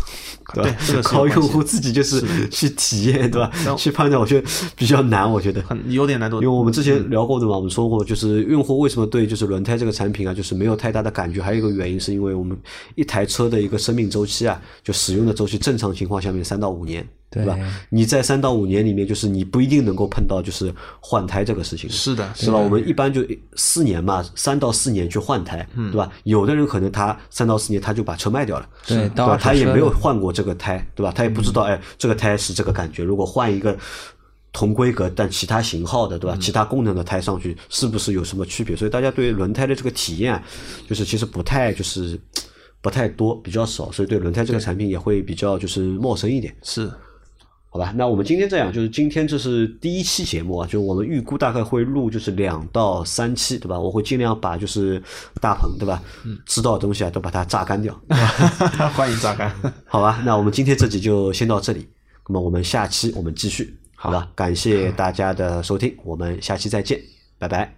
S3: 对这个是有
S2: 靠
S3: 关系
S2: 用户自己就是去体验，对吧？去判断，我觉得比较难，我觉得
S3: 很有点难度
S2: 因为我们之前聊过的嘛，我们说过，就是用户为什么对就是轮胎这个产品啊，就是没有太大的感觉，还有一个原因是因为我们一台车的一个生命周期啊，就使用的周期正常情况下面三到五年，
S4: 对
S2: 吧？你在三到五年里面，就是你不一定能够碰到就是换胎这个事情，
S3: 是的，
S2: 是吧？我们一般就四年嘛，三到四年去换胎，对吧？有的人可能他三到四年他就把车卖掉了，
S4: 对
S2: 对
S4: 到
S2: 吧？
S4: 二手
S2: 他也
S4: 车
S2: 没有
S4: 了
S2: 换过这个胎，对吧？他也不知道，哎，这个胎是这个感觉。如果换一个同规格但其他型号的，对吧？其他功能的胎上去，是不是有什么区别？所以大家对轮胎的这个体验啊，就是其实不太就是不太多，比较少，所以对轮胎这个产品也会比较就是陌生一点。
S3: 是 [LAUGHS]
S2: 好吧，那我们今天这样，就是今天这是第一期节目啊，就我们预估大概会录就是两到三期，对吧？我会尽量把就是大鹏对吧，知道的东西啊都把它榨干掉，
S3: 欢迎榨干，
S2: 好吧？那我们今天这集就先到这里，那么我们下期我们继续，好吧？感谢大家的收听，我们下期再见，拜拜。